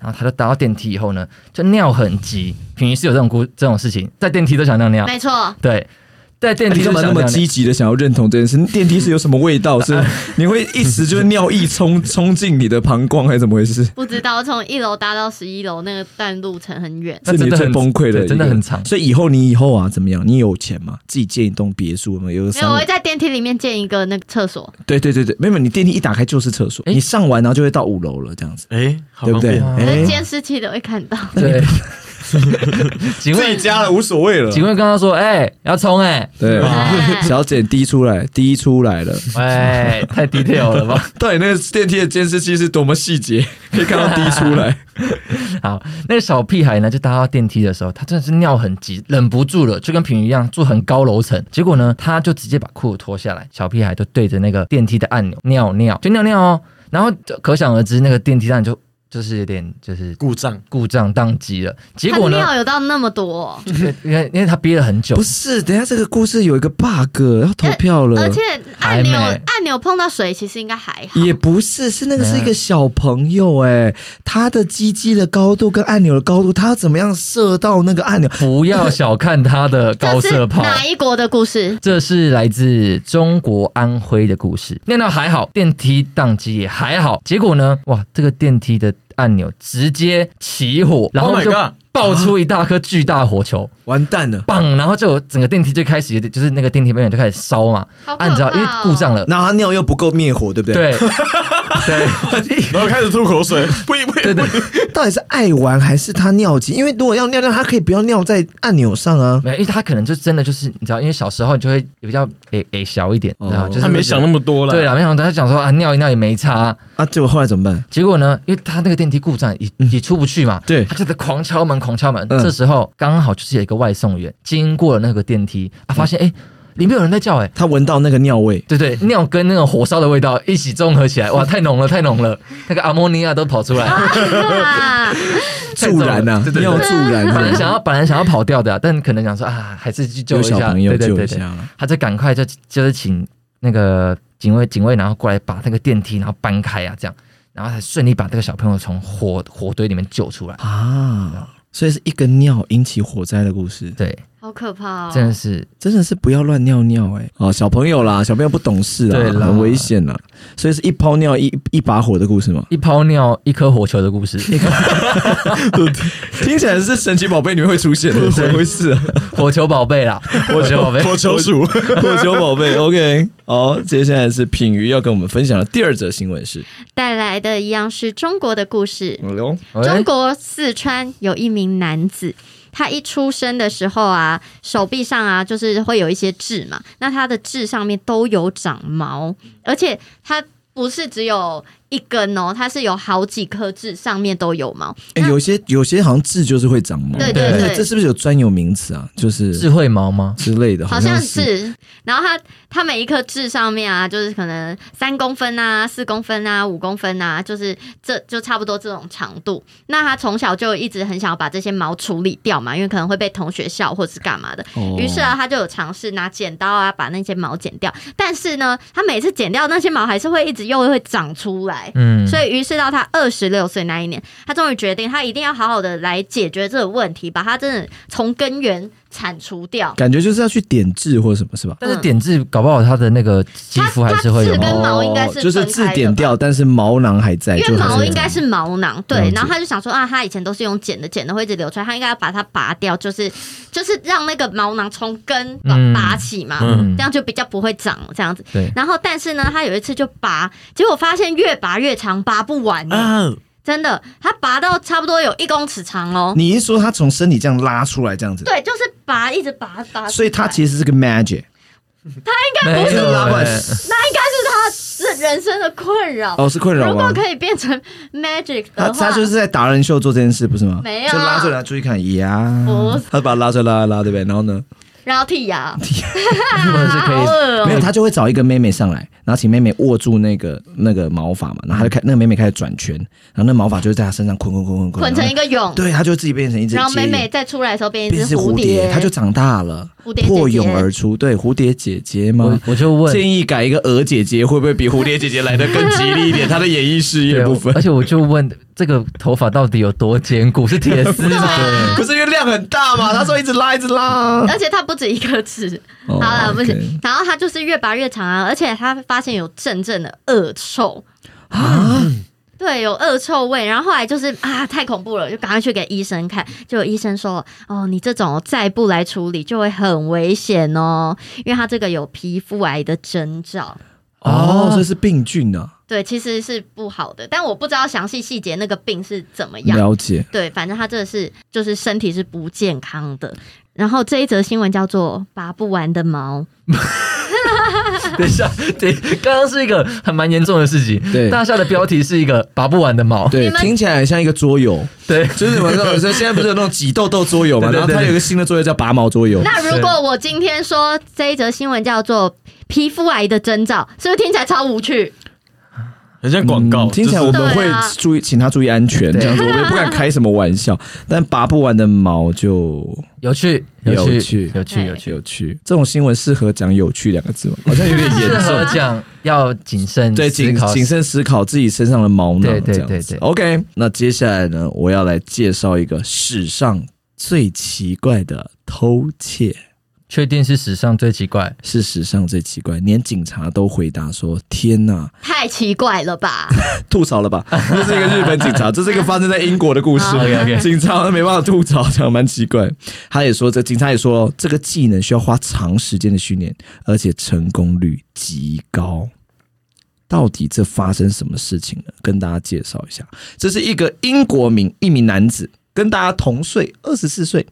S3: 然后他就搭到电梯以后呢，就尿很急，平时有这种故这种事情，在电梯都想尿尿，
S2: 没错，
S3: 对，在电梯
S1: 你干
S3: 就
S1: 嘛
S3: 想
S1: 那
S3: 尿
S1: 么
S3: 尿。
S1: 积极的想要认同这件事？你电梯是有什么味道？是你会一时就是尿意冲 冲进你的膀胱，还是怎么回事？
S2: 不知道从一楼搭到十一楼那个段路程很远，
S1: 是你
S3: 真的
S1: 最
S3: 很
S1: 崩溃的一
S3: 对
S1: 个，
S3: 真的很长
S1: 所以以后你以后啊，怎么样？你有钱吗？自己建一栋别墅吗？有个
S2: 没有，
S1: 三
S2: 我
S1: 五
S2: 会在电梯里面建一个那个厕所，
S1: 对对对对，没有，你电梯一打开就是厕所，
S3: 诶
S1: 你上完然后就会到五楼了，这样子，
S4: 哎，好
S1: 对不对？
S4: 方便，
S3: 方
S2: 可
S1: 哎
S2: 是，监视器都会看到。
S3: 对， 请
S1: 自己
S3: 问
S1: 家了无所谓了
S3: 请问刚刚说，哎、要冲哎、
S1: 对，
S2: 哎
S1: 小姐滴出来，滴出来了。
S3: 哎，太 detail 了吧？
S1: 到底那个电梯的监视器是多么细节，可以看到滴出来。
S3: 好，那个小屁孩呢，就搭到电梯的时候，他真的是尿很急，忍不住了，就跟平云一样住很高楼层。结果呢，他就直接把裤子脱下来，小屁孩就对着那个电梯的按钮尿尿，就尿尿哦。然后就可想而知，那个电梯按钮就就是有点就是
S4: 故障，
S3: 故障宕机了。结
S2: 他
S3: 果呢，
S2: 尿有到那么多，哦
S3: 因为因为他憋了很 久
S1: 不，是，等一下这个故事有一个 bug，要投票了。
S2: 而且按钮
S3: 还没
S2: 按钮碰到水其实应该还好，
S1: 也不是，是那个是一个小朋友哎、他的鸡鸡的高度跟按钮的高度，他要怎么样射到那个按钮？
S3: 不要小看他的
S2: 这
S3: 高
S2: 是
S3: 射炮。
S2: 哪一国的故事？
S3: 这是来自中国安徽的故事。尿尿还好，电梯宕机也还好，结果呢，哇，这个电梯的按钮直接起火，然
S4: Oh
S3: 后
S4: my
S3: 就
S4: God
S3: 爆出一大颗巨大火球，
S1: 完蛋了！
S3: 棒，然后就有整个电梯就开始有点，就是那个电梯边缘就开始烧嘛，
S2: 好可怕哦
S3: 按照因为故障了，
S1: 然后他尿又不够灭火，对不对？
S3: 对 对
S4: 然后开始吐口水，不不
S3: 对对，
S1: 到底是爱玩还是他尿急？因为如果要尿尿，他可以不要尿在按钮上啊。
S3: 没有，因为他可能就真的就是你知道，因为小时候你就会比较诶诶小一点，
S1: 哦
S3: 然后就是
S4: 他没想那么多了，
S3: 对，啦，没想到他想说啊尿一尿也没差啊、
S1: 啊，结果后来怎么办？
S3: 结果呢，因为他那个电梯故障也、也出不去嘛，
S1: 嗯对
S3: 他就在狂敲门，狂敲门。
S1: 嗯
S3: 这时候刚好就是有一个外送员经过了那个电梯，
S1: 嗯
S3: 啊，发现哎、诶里面有人在叫哎、诶
S1: 他闻到那个尿味，
S3: 对对，尿跟那个火烧的味道一起综合起来，哇，太浓了，太浓 了，那个阿莫尼亚都跑出来，
S2: 啊，
S3: 太重
S1: 助
S3: 了
S1: 燃呐、
S3: 对对对
S1: 尿助燃啊
S3: 本来
S1: 是
S3: 想
S1: 吧。
S3: 要本来想要跑掉的啊、但可能想说啊，还是去救
S1: 有
S3: 一
S1: 小
S3: 下，
S1: 朋友
S3: 对对
S1: 救
S3: 对
S1: 一
S3: 对，
S1: 下嘛，
S3: 他就赶快就就是请那个警卫警卫，然后过来把那个电梯然后搬开啊，这样，然后才顺利把这个小朋友从火火堆里面救出来。
S1: 啊！所以是一个尿引起火灾的故事，
S3: 对，
S2: 好可怕
S3: 真
S2: 哦！
S3: 的是
S1: 真的是不要乱尿尿哎、哦，小朋友啦，小朋友不懂事啊，
S3: 对啦
S1: 很危险啦。所以是一泡尿一一把火的故事吗？
S3: 一泡尿一颗火球的 故事，一颗
S1: 听起来是神奇宝贝里面会出现的，怎么回事啊？
S3: 火球宝贝啦，火球宝贝。
S4: 火球鼠，
S1: 火球宝贝，OK，好，接下来是品瑜要跟我们分享的第二则新闻是，
S2: 带来的一样是中国的故事。
S1: 哎呦
S2: 中国四川有一名男子，他一出生的时候啊，手臂上啊就是会有一些痣嘛，那他的痣上面都有长毛，而且他不是只有一根哦，他是有好几颗痣，上面都有毛。
S1: 哎有些有些好像痣就是会长毛，
S2: 对
S3: 对
S1: 而且
S2: 对
S1: 这是不是有专有名词啊？就是
S3: 智慧毛吗？
S1: 之类的，
S2: 好
S1: 像
S2: 像。是，然后他他每一颗痣上面啊，就是可能三公分啊、四公分啊、五公分啊，就是这就差不多这种长度。那他从小就一直很想要把这些毛处理掉嘛，因为可能会被同学笑或是干嘛的。
S1: 哦
S2: 于是啊，他就有尝试拿剪刀啊把那些毛剪掉，但是呢，他每次剪掉那些毛还是会一直又会长出来。
S3: 嗯，
S2: 所以，于是到他二十六岁那一年，他终于决定，他一定要好好的来解决这个问题，把它真的从根源铲除掉。
S1: 感觉就是要去点痣或什么，是吧？
S3: 但是点痣搞不好他的那个肌肤还是会有
S2: 嗯它它痣
S3: 毛
S2: 跟毛应该是
S1: 哦就是
S2: 分开的
S1: 痣
S2: 吧
S1: 点掉，但是毛囊还在，
S2: 因
S1: 哎就
S2: 为
S1: 还
S2: 毛
S1: 是
S2: 应该是毛囊，
S1: 了
S2: 对
S1: 解。
S2: 然后他就想说啊，他以前都是用剪的，剪的会一直流出来，他应该要把它拔掉，就是就是让那个毛囊从根拔
S3: 嗯
S2: 拔起嘛，
S3: 嗯
S2: 这样就比较不会长这样子。
S3: 对
S2: 然后但是呢，他有一次就拔，结果发现越拔越长，拔不完、 欸
S4: 啊，
S2: 真的，他拔到差不多有一公尺长哦。
S1: 你一说它从身体这样拉出来这 样子，
S2: 对，就是拔，一直拔拔出来。
S1: 所以它其实是个 magic，
S3: 没
S1: 就是
S3: 有
S1: 拉过来
S3: 欸
S2: 那应该是他是人生的困扰。
S1: 哦，是困扰
S2: 如果
S1: 吗？
S2: 可以变成 magic
S1: 他他
S2: 的话，
S1: 就是在达人秀做这件事，不是吗？
S2: 没有啊
S1: 就拉着他出去看
S2: 不
S1: 呀
S2: 是，
S1: 他就把他拉着拉拉，对不对？然后呢，
S2: 然后剔牙，啊
S3: 是不是
S2: 好
S3: 可以
S2: 恶
S1: 没
S2: 哦。
S1: 有，他就会找一个妹妹上来，然后请妹妹握住那个那个毛发嘛，然后他就开那个妹妹开始转圈，然后那毛发就会在他身上捆捆捆捆捆，
S2: 捆成一
S1: 个，
S2: 个蛹，
S1: 对，他就自己变成一只
S2: 然后
S1: 结
S2: 美
S1: 蛹
S2: 美再出来的时候变
S1: 变
S2: 一
S1: 成
S2: 只
S1: 蝴
S2: 蝶，
S1: 他就长大了，
S2: 蝴蝶姐姐
S1: 破蛹而出，对，蝴蝶姐姐
S3: 我
S1: 嘛。
S3: 我就问，
S1: 建议改一个鹅姐姐，会不会比蝴蝶姐姐来的更吉利一 点？她的演艺事业
S3: 对
S1: 部分
S3: 而，且我就问这个头发到底有多坚固？是铁 丝
S2: 啊
S3: 吗？
S1: 不是因为量很大嘛？她说一直拉，一直拉。
S2: 而且它不止一颗痣，
S1: 啊哦
S2: 好了，不
S1: OK
S2: 行。然后它就是越拔越长啊，而且它发现有阵阵的恶臭啊， 对，有恶臭味。然后后来就是啊，太恐怖了，就赶快去给医生看。就有医生说，哦，你这种再不来处理就会很危险哦，因为它这个有皮肤癌的征兆。
S1: 哦，这是病菌啊，
S2: 对，其实是不好的，但我不知道详细细节那个病是怎么样。
S1: 了解。
S2: 对，反正他这是就是身体是不健康的。然后这一则新闻叫做“拔不完的毛
S3: 等一下，对，刚刚是一个很蛮严重的事情。
S1: 对
S3: 大夏的标题是一个拔不完的毛。
S1: 对
S2: 你，们
S1: 听起来像一个桌游，
S3: 对，
S1: 就是什么那 种，现在不是有那种挤痘痘桌游嘛？
S3: 对对
S1: 然后它
S3: 对
S1: 有一个新的桌游叫拔毛桌”。游。
S2: 那如果我今天说这一则新闻叫做“皮肤癌的征兆”，是不是听起来超无趣？
S4: 很像广告，
S1: 嗯听起来我
S4: 就是
S1: 们会
S2: 对啊
S1: 注意，请他注意安全，
S3: 对
S1: 这样子我们也不敢开什么玩笑。但拔不完的毛就
S3: 有趣，
S1: 有
S3: 趣
S1: 趣，
S3: 有趣，
S2: 对
S3: 有趣。
S1: 有趣，这种新闻适合讲“有趣”两个字吗？好像有点严
S3: 适合
S1: 重。
S3: 讲要谨慎
S1: 对，
S3: 思
S1: 谨
S3: 考，
S1: 谨慎思考自己身上的毛囊，
S3: 对对
S1: 这样
S3: 对
S1: 子
S3: 对
S1: OK，那接下来呢，我要来介绍一个史上最奇怪的偷窃，
S3: 确定是史上最奇怪。
S1: 是史上最奇怪，连警察都回答说：“天哪，
S2: 太奇怪了吧？
S1: 吐槽了吧？”这是一个日本警察，这是一个发生在英国的故事。
S2: 好
S3: OK，OK
S1: 警察好像没办法吐槽，这样蛮奇怪。他也说，这警察也说，这个技能需要花长时间的训练，而且成功率极高。到底这发生什么事情呢？跟大家介绍一下，这是一个英国名一名男子，跟大家同岁，二十四岁。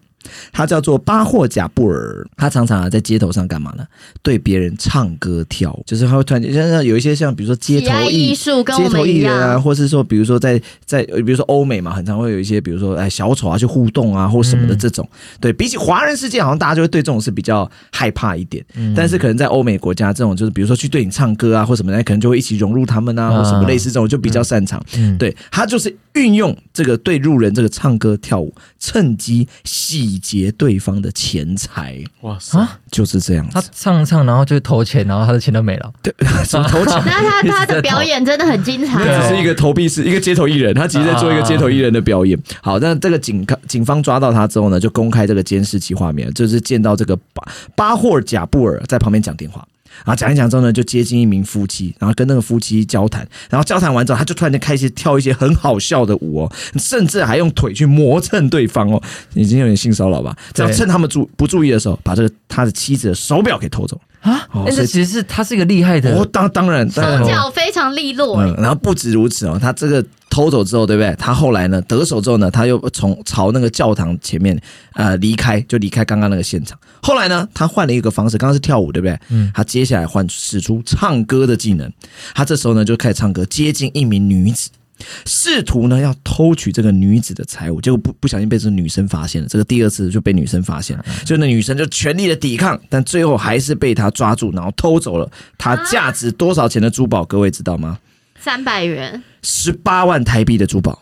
S1: 他叫做巴霍贾布尔，他常常啊在街头上干嘛呢？对别人唱歌跳舞，就是他会突然间像有一些像比如说街
S2: 喜爱
S1: 头艺
S2: 艺术跟
S1: 街
S2: 我
S1: 头
S2: 们
S1: 艺
S2: 一
S1: 人啊，
S2: 样，
S1: 或是说，比如说在在，呃比如说欧美嘛，很常会有一些，比如说哎小丑啊去互动啊，或什么的
S3: 嗯
S1: 这种。对比起华人世界，好像大家就会对这种事比较害怕一点。
S3: 嗯
S1: 但是可能在欧美国家，这种就是比如说去对你唱歌啊，或什么的，可能就会一起融入他们啊，或什么
S3: 啊
S1: 类似这种就比较擅长。
S3: 嗯，
S1: 对他就是运用这个对路人这个唱歌跳舞，趁机洗劫对方的钱财，
S4: 哇塞，
S3: 啊
S1: 就是这样
S3: 他
S1: 子。
S3: 唱唱，然后就投钱，然后他的钱都没了。
S1: 什么投钱？
S2: 那他他 的表演真的很精彩
S1: 那
S3: 啊
S1: 只
S2: 哦。
S1: 是一个投币式，一个街头艺人，他其实在做一个街头艺人的表
S3: 啊
S1: 演。好，那这个警警方抓到他之后呢，就公开这个监视器画面，就是见到这个巴巴霍尔贾布尔在旁边讲电话。然后讲一讲之后呢，就接近一名夫妻，然后跟那个夫妻交谈，然后交谈完之后，他就突然间开始跳一些很好笑的舞哦，甚至还用腿去磨蹭对方哦，已经有点性骚扰吧？只要
S3: 对
S1: 趁他们注不注意的时候，把这个他的妻子的手表给偷走。
S3: 啊，
S1: 哦
S3: 但
S1: 所
S3: 是
S1: 以
S3: 其实是他是一个厉害
S1: 哦
S3: 的，，
S1: 当当然，当然
S2: 手
S1: 哦
S2: 脚非常利落、
S1: 嗯，然后不止如此哦，他这个偷走之后，对不对？他后来呢，得手之后呢，他又呃从朝那个教堂前面呃离开，就离开刚刚那个现场。后来呢，他换了一个方式，刚刚是跳舞，对不对？
S3: 嗯
S1: 他接下来换使出唱歌的技能，他这时候呢就开始唱歌，接近一名女子。试图呢要偷取这个女子的财物，结果不不小心被这女生发现了。这个第二次就被女生发现了，就那女生就全力的抵抗，但最后还是被他抓住，然后偷走了他价值多少钱的珠宝，各位知道吗？
S2: 三百元，
S1: 十八万台币的珠宝。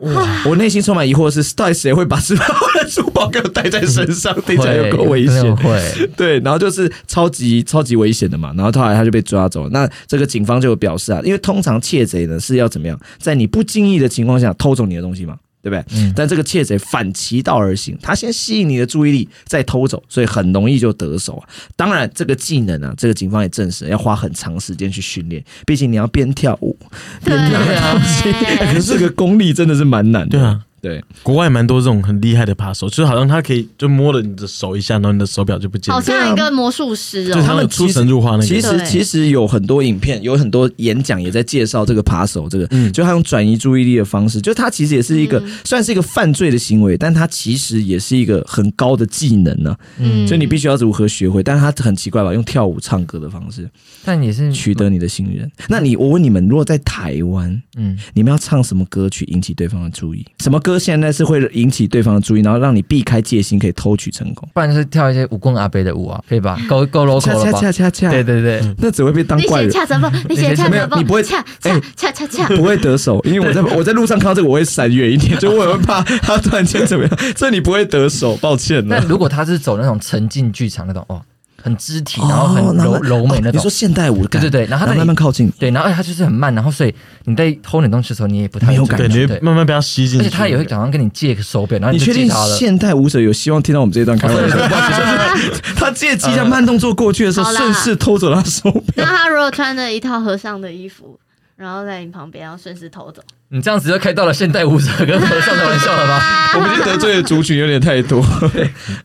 S1: 哇！我内心充满疑惑的是，到底谁会把十八万的珠宝给我带在身上？听起来有够
S3: 会
S1: 危
S3: 真的
S1: 险。
S3: 会，
S1: 对，然后就是超级超级危险的嘛，然后后来他就被抓走了。那这个警方就有表示啊，因为通常窃贼呢是要怎么样，在你不经意的情况下偷走你的东西嘛，对不对？
S3: 嗯
S1: 但这个窃贼反其道而行，他先吸引你的注意力，再偷走，所以很容易就得手啊。当然，这个技能啊，这个警方也证实了要花很长时间去训练，毕竟你要边跳舞
S2: 对
S1: 边拿
S2: 啊
S1: 东西，可是这个功力真的是蛮难的。
S4: 对啊，
S1: 对，
S4: 国外蛮多这种很厉害的扒手，就是好像他可以就摸了你的手一下，然后你的手表就不见
S2: 好
S4: 了。
S2: 像一个魔术师
S4: 就是
S1: 对
S2: 哦。
S4: 他们出神入化那个，
S1: 其实
S2: 对
S1: 其实有很多影片，有很多演讲也在介绍这个扒手，这个、
S4: 嗯
S1: 就他用转移注意力的方式，就他其实也是一个、
S2: 嗯
S1: 算是一个犯罪的行为，但他其实也是一个很高的技能呢、
S2: 嗯，
S1: 所以你必须要如何学会。但是他很奇怪吧，用跳舞、唱歌的方式
S3: 但也是
S1: 取得你的信任。那你我问你们，如果在台湾，
S3: 嗯，
S1: 你们要唱什么歌去引起对方的注意？什么歌现在是会引起对方的注意，然后让你避开戒心，可以偷取成功？
S3: 不然就是跳一些武功阿伯的舞啊，可以吧？够够 local
S1: 恰
S3: 了
S1: 恰
S3: 吧？
S1: 恰嗯恰恰，
S3: 对对对，
S1: 那只会被当
S2: 你
S1: 怪
S2: 写
S1: 人。
S2: 恰成风，你
S3: 你
S2: 写
S3: 写
S2: 恰
S1: 没有
S2: 成风，
S1: 你不会
S2: 恰
S1: 哎
S2: 恰恰恰恰。
S1: 不会得 手，因为我在我在路上看到这个，我会闪远一点，就我很怕他突然间怎么样。这你不会得手， 抱歉啊了
S3: 那。如果他是走那种沉浸剧场那种，哦，很肢体，然后很
S1: 哦
S3: 柔
S1: 慢慢
S3: 柔美那
S1: 哦你
S3: 种
S1: 说，现代舞感，
S3: 对对对然后他
S1: 慢慢靠近，
S3: 对，然后他就是很慢，然后所以你在偷你东西的时候，你也不太
S1: 没有
S3: 注意
S1: 感
S4: 对，
S1: 觉
S4: 你
S3: 对
S4: 会慢慢被他吸进
S3: 而
S4: 去。
S3: 且他也会早上跟你借个手表，然后
S1: 你
S3: 就
S1: 确
S3: 借
S1: 定
S3: 他了。
S1: 现代舞者有希望听到我们这一段开玩 笑？
S2: 啊
S1: 他借机这样慢动作过去的时候，
S2: 好啦
S1: 顺势偷走他手 表。
S2: 那他如果穿着一套和尚的衣服，然后在你旁边，然后顺势偷走，
S3: 你这样子就开到了现代舞者跟和尚的玩笑了吧？
S1: 我们今天得罪的族群有点太 多，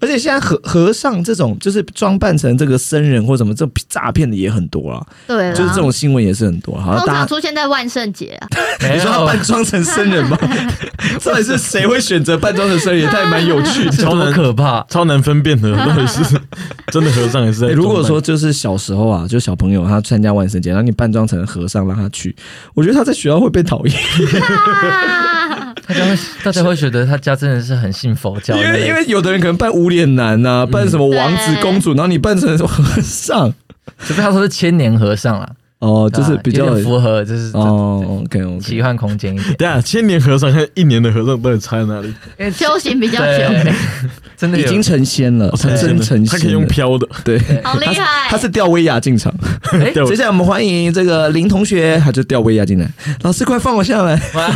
S1: 而且现在和和尚这种就是装扮成这个僧人或什么这种诈骗的也很多啊，
S2: 对啦
S1: 就是这种新闻也是很多啊。好，哎
S2: 通
S1: 大家
S2: 常出现在万圣节啊，
S3: 没
S1: 你说他
S3: 有，
S1: 扮装成僧 人吗？到底是谁会选择扮装成僧人？也太蛮有趣的。
S3: 这 多可怕！
S4: 超难分辨的，到底是真的和尚还是在
S1: 欸
S4: 装扮？
S1: 如果说就是小时候啊，就小朋友他参加万圣节，然后你扮装成和尚让他去，我觉得他在学校会被讨厌，
S2: 啊
S3: 大家会 大家会觉得他家真的是很信佛教的
S1: 因
S3: 那
S1: 为
S3: 种，
S1: 因为有的人可能扮无脸男呐、扮什么王子
S2: 对
S1: 公主，然后你扮成和尚，
S3: 除非他说是千年和尚啦，啊
S1: 哦，就是比较
S3: 有点符合，就是
S1: 哦，OK
S3: 奇
S1: OK，
S3: 幻空间一点。
S4: 对啊，千年和尚和一年的和尚到底差在哪里？
S3: 因为
S2: 修行比较久，
S3: 对， 真的
S1: 已
S3: 有
S1: 经成仙了，
S4: 哦成
S1: 成
S4: 仙
S1: 真
S4: 了
S1: 成仙了，
S4: 他可以用飘的，
S1: 对。
S2: 好厉害！
S1: 他是吊威亚进场，
S3: 哎
S4: 对
S1: 接下来我们欢迎这个林同学，他就吊威亚进来。老师，快放我下来！
S3: 哇